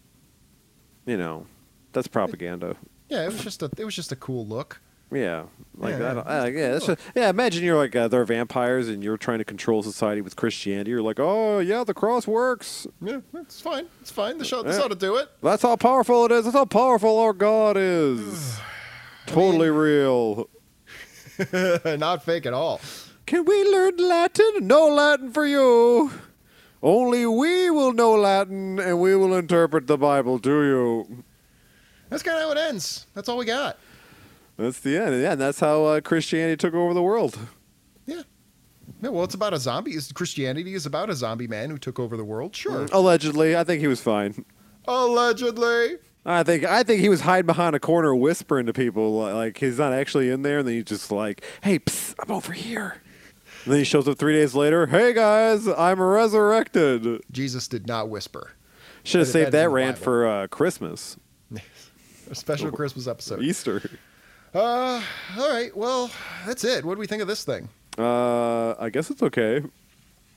You know, that's propaganda. Yeah, it was just a it was just a cool look. Yeah, like Yeah, that. yeah. uh, yeah, that's just- yeah. Imagine you're like uh, they're vampires and you're trying to control society with Christianity. You're like, oh yeah, the cross works. Yeah, it's fine. It's fine. The shot, this Yeah. ought to do it. That's how powerful it is. That's how powerful our God is. totally real. [LAUGHS] Not fake at all. Can we learn Latin? No Latin for you. Only we will know Latin and we will interpret the Bible to you. That's kind of how it ends. That's all we got. That's the end. Yeah, and that's how uh, Christianity took over the world. Yeah. Yeah, well, it's about a zombie. Is Christianity is about a zombie man who took over the world? Sure. Allegedly, I think he was fine. Allegedly. I think I think he was hiding behind a corner whispering to people li- like he's not actually in there and then he's just like, "Hey, psst, I'm over here." And then he shows up 3 days later, "Hey guys, I'm resurrected." Jesus did not whisper. But Should have if saved that's in that the rant Bible. for uh, [LAUGHS] Christmas, A special Christmas episode. Easter. All right. Well, that's it. What do we think of this thing? Uh, I guess it's okay.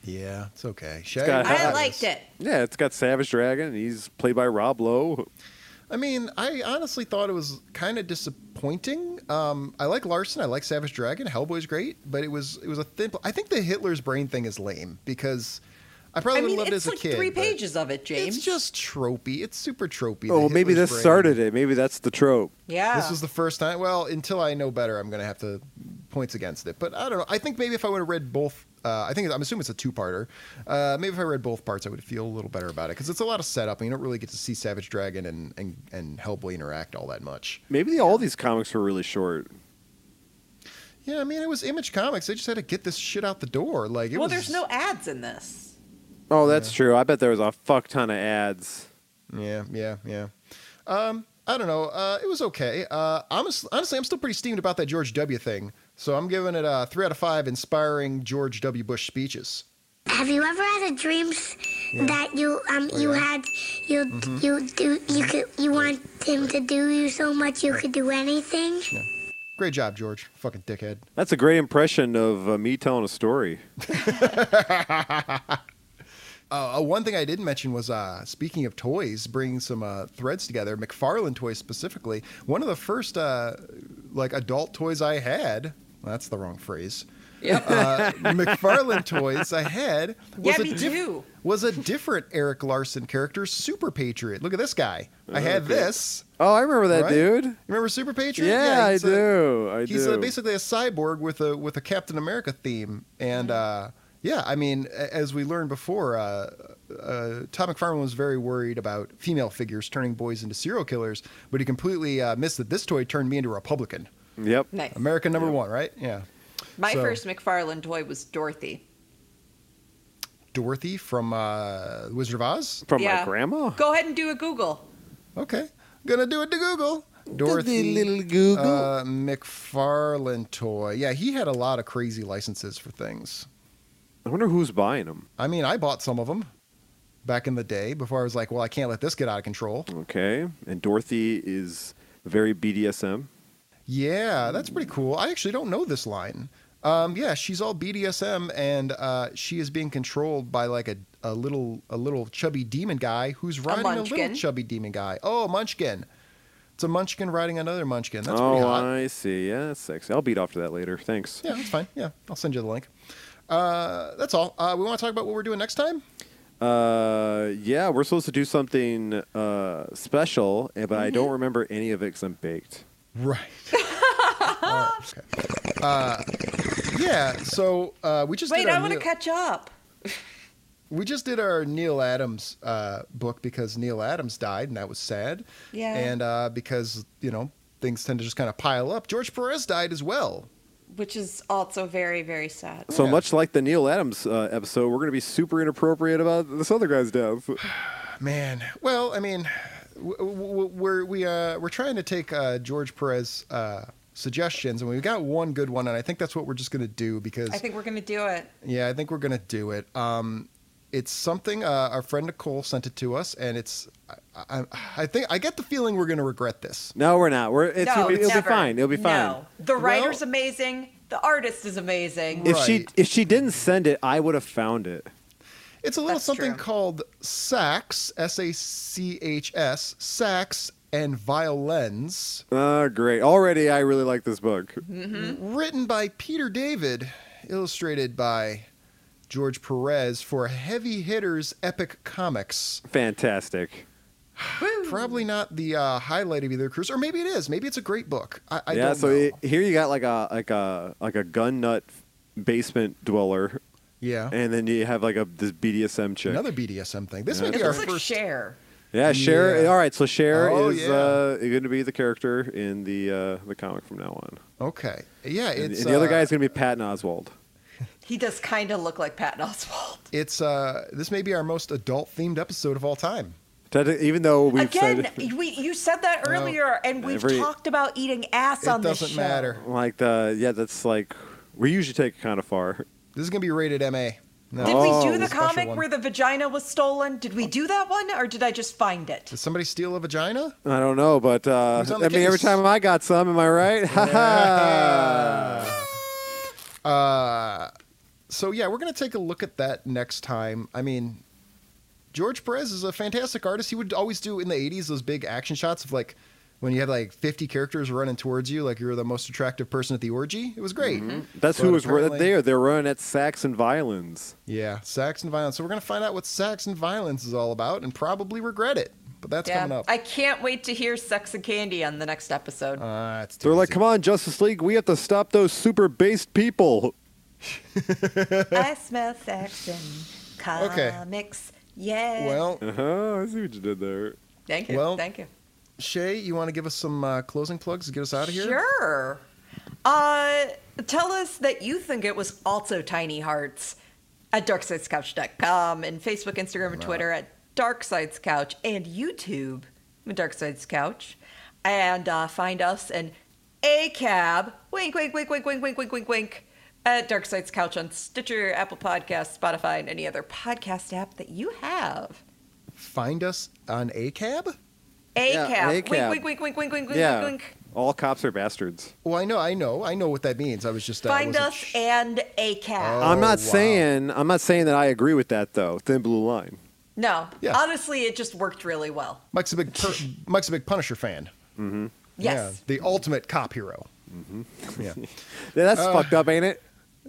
Yeah, it's okay. got- I liked it. Yeah, it's got Savage Dragon. and He's played by Rob Lowe. I mean, I honestly thought it was kind of disappointing. Um, I like Larson, I like Savage Dragon, Hellboy's great, but it was it was a thin. I think the Hitler's brain thing is lame because I I probably would mean, loved it it's as a like kid. three but pages of it, James. It's just tropey. It's super tropey. the Oh, maybe Hitler's this brain. started it. Maybe that's the trope. yeah. This was the first time. Well, until I know better, I'm going to have to points against it. But I don't know. I think maybe if I would have read both, uh, I think I'm assuming it's a two-parter. Uh, maybe if I read both parts, I would feel a little better about it because it's a lot of setup, and you don't really get to see Savage Dragon and and, and Hellboy interact all that much. Maybe all these comics were really short. Yeah, I mean, it was Image Comics. They just had to get this shit out the door. Like, it well, was, there's no ads in this. Oh, that's true. I bet there was a fuck ton of ads. Yeah, yeah, yeah. Um, I don't know. Uh, it was okay. Uh, honestly, honestly, I'm still pretty steamed about that George W. thing. So I'm giving it a three out of five inspiring George W. Bush speeches. Have you ever had a dreams that you um you had You'll you do you could you want him to do you so much you could do anything. Great job, George. Fucking dickhead. That's a great impression of uh, me telling a story. Uh, uh, one thing I didn't mention was uh, speaking of toys, bringing some uh, threads together, McFarlane toys specifically. One of the first uh, like adult toys I had. That's the wrong phrase. Uh, McFarlane toys I had was Yeah, a me diff- too. was a different Eric Larson character, Super Patriot. Look at this guy. I had this. Oh, I remember that right? dude. Remember Super Patriot? Yeah, I he's a- do. I he's A, do. basically a cyborg with a with a Captain America theme, and uh, yeah, I mean, a- as we learned before, uh, uh, Tom McFarlane was very worried about female figures turning boys into serial killers, but he completely uh, missed that this toy turned me into a Republican. Yep. Nice. American number one, right? Yeah, My So- first McFarlane toy was Dorothy. Dorothy from uh, Wizard of Oz. From my Yeah. grandma. Go ahead and do a Google. Okay, gonna do it to Google. Dorothy Google. Uh, McFarlane toy. Yeah, he had a lot of crazy licenses for things. I wonder who's buying them. I mean, I bought some of them back in the day before I was like, well, I can't let this get out of control. Okay. And Dorothy is very BDSM. Yeah, that's pretty cool. I actually don't know this line. Um, yeah, she's all BDSM, and uh, she is being controlled by like a, a little a little chubby demon guy who's riding a, little munchkin. chubby demon guy. Oh, Munchkin! It's a Munchkin riding another Munchkin. That's pretty oh, hot. I see. Yeah, that's sexy. I'll beat off to that later. Thanks. Yeah, that's fine. Yeah, I'll send you the link. Uh, that's all. Uh, we want to talk about what we're doing next time. Uh, yeah, we're supposed to do something uh, special, eh, but I don't Mm-hmm. remember any of it because I'm baked. [LAUGHS] Right. All right, okay. uh, yeah. So uh, we just Wait, did our I want to Neil- catch up. we just did our Neil Adams uh, book because Neil Adams died, and that was sad. Yeah. And uh, because you know things tend to just kind of pile up. George Perez died as well. Which is also very, very sad. So Yeah. much like the Neil Adams uh, episode, we're going to be super inappropriate about this other guy's death. Man. Well, I mean, w- w- we're we uh, we're trying to take uh, George Perez. Uh, suggestions and we got one good one and i think that's what we're just going to do because I think we're going to do it. Yeah, I think we're gonna do it. Um, it's something uh, our friend Nicole sent it to us, and it's. I, I, I think I get the feeling we're gonna regret this. No, we're not. We're it's, no, it'll, be- it'll be never. fine. It'll be fine. No. The writer's amazing. The artist is amazing. If she Right. if she didn't send it, I would have found it. It's a little That's something true. called sax, s a c h s, sax and violins, Oh, great! Already, I really like this book. Mm-hmm. written by Peter David, illustrated by George Perez for Heavy Hitters Epic Comics. Fantastic. Probably not the uh, highlight of either cruise, or maybe it is. Maybe it's a great book. I, I yeah. don't So know. it- here you got like a like a like a gun nut basement dweller, yeah. and then you have like a this BDSM chick. Oh. Another BDSM thing. This might It be our looks like first. Cher. Yeah, Cher. Yeah. All right, so Cher Oh, is yeah. uh, going to be the character in the uh, the comic from now on. Okay. Yeah, And, it's and the other uh, guy is going to be Patton Oswald. He does kind of look like Patton Oswald. It's uh, this may be our most adult themed episode of all time. That- Even though we've Again, said we, you said that Well, earlier, and we've every- talked about eating ass on it this doesn't show. matter. like the yeah, that's like we usually take it kind of far. This is gonna be rated MA. No. Did Oh. we do the Special comic one. where the vagina was stolen? Did we do that one, or did I just find it? Did somebody steal a vagina? I don't know, but uh, Who's I on the mean, every case? time I got some, am I right? [LAUGHS] Ha [LAUGHS] ha. Uh, So yeah, we're gonna take a look at that next time. I mean, George Perez is a fantastic artist. He would always do in the '80s those big action shots of like when you had like 50 characters running towards you, like you were the most attractive person at the orgy. It was great. Mm-hmm. That's But who was ru- apparently- there. They're running at Sax and Violins. Yeah, sax and violence. So we're gonna find out what sax and violence is all about, and probably regret it. But that's coming up. I can't wait to hear Sex and Candy on the next episode. Ah, it's too They're like, easy. come on, Justice League, we have to stop those super based people. I smell sex and Okay. comics. Yeah. Well, Uh-huh, I see what you did there. thank you. well, thank you. Shay, you want to give us some uh, closing plugs to get us out of here? Sure. Uh, tell us that you think it was also Tiny Hearts at darksidescouch.com and Facebook, Instagram, and Twitter at darksidescouch and YouTube at darksidescouch. And uh, find us in ACAB, wink, wink, wink, wink, wink, wink, wink, wink, wink, at Dark Sides Couch on Stitcher, Apple Podcasts, Spotify, and any other podcast app that you have. find us on ACAB? A Yeah, cap. ACAP. Wink, wink, wink, wink, wink, wink, yeah, wink, wink. all cops are bastards. Well, I know, I know, I know what that means. I was just uh, Find wasn't us sh- and a cap. I'm Oh, not wow. saying I'm not saying that I agree with that though. Thin blue line. no, Yeah. honestly, it just worked really well. Mike's a big per- Mike's a big Punisher fan. Yes. Yeah, the ultimate cop hero. Yeah. Yeah, that's fucked up, ain't it?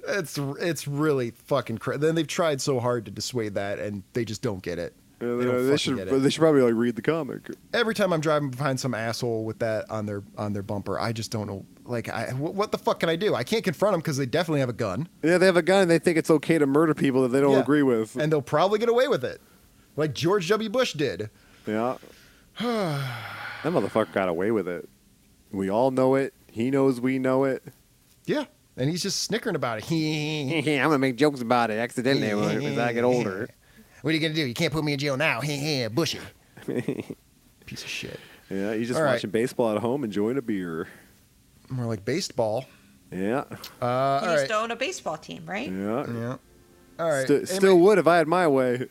It's it's really fucking crazy. Then they've tried so hard to dissuade that, and they just don't get it. They don't Uh, fucking should get they it. should probably like read the comic. Every time I'm driving behind some asshole with that on their on their bumper, I just don't know. Like, I wh- what the fuck can I do? I can't confront them because they definitely have a [LAUGHS] gun. Yeah, they have a gun and they think it's okay to murder people that they don't Yeah. agree with. and they'll probably get away with it, like George W. Bush did. yeah. that motherfucker got away with it. We all know it. He knows we know it. Yeah, and he's just snickering about it. [LAUGHS] I'm gonna make jokes about it accidentally as I get older. what are you gonna do? You can't put me in jail now. [LAUGHS] Bushy, piece of shit. [LAUGHS] Yeah, he's just All right. watching baseball at home, enjoying a beer. More like baseball. Yeah, Uh, You all used right. to own a baseball team, right? yeah. Yeah. All right. Sti- still would if I had my way.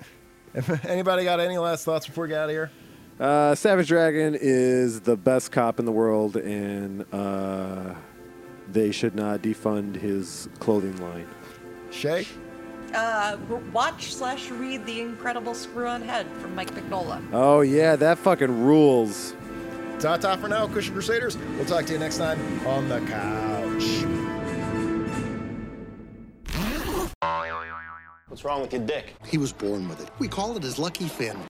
Anybody, [LAUGHS] anybody got any last thoughts before we get out of here? Uh, Savage Dragon is the best cop in the world, and uh, they should not defund his clothing line. Shay? Uh, w- watch slash read The Incredible Screw on Head from Mike Mignola. Oh yeah, that fucking rules. Ta ta for now, Christian Crusaders. We'll talk to you next time on the couch. He was born with it. We call it his lucky fin.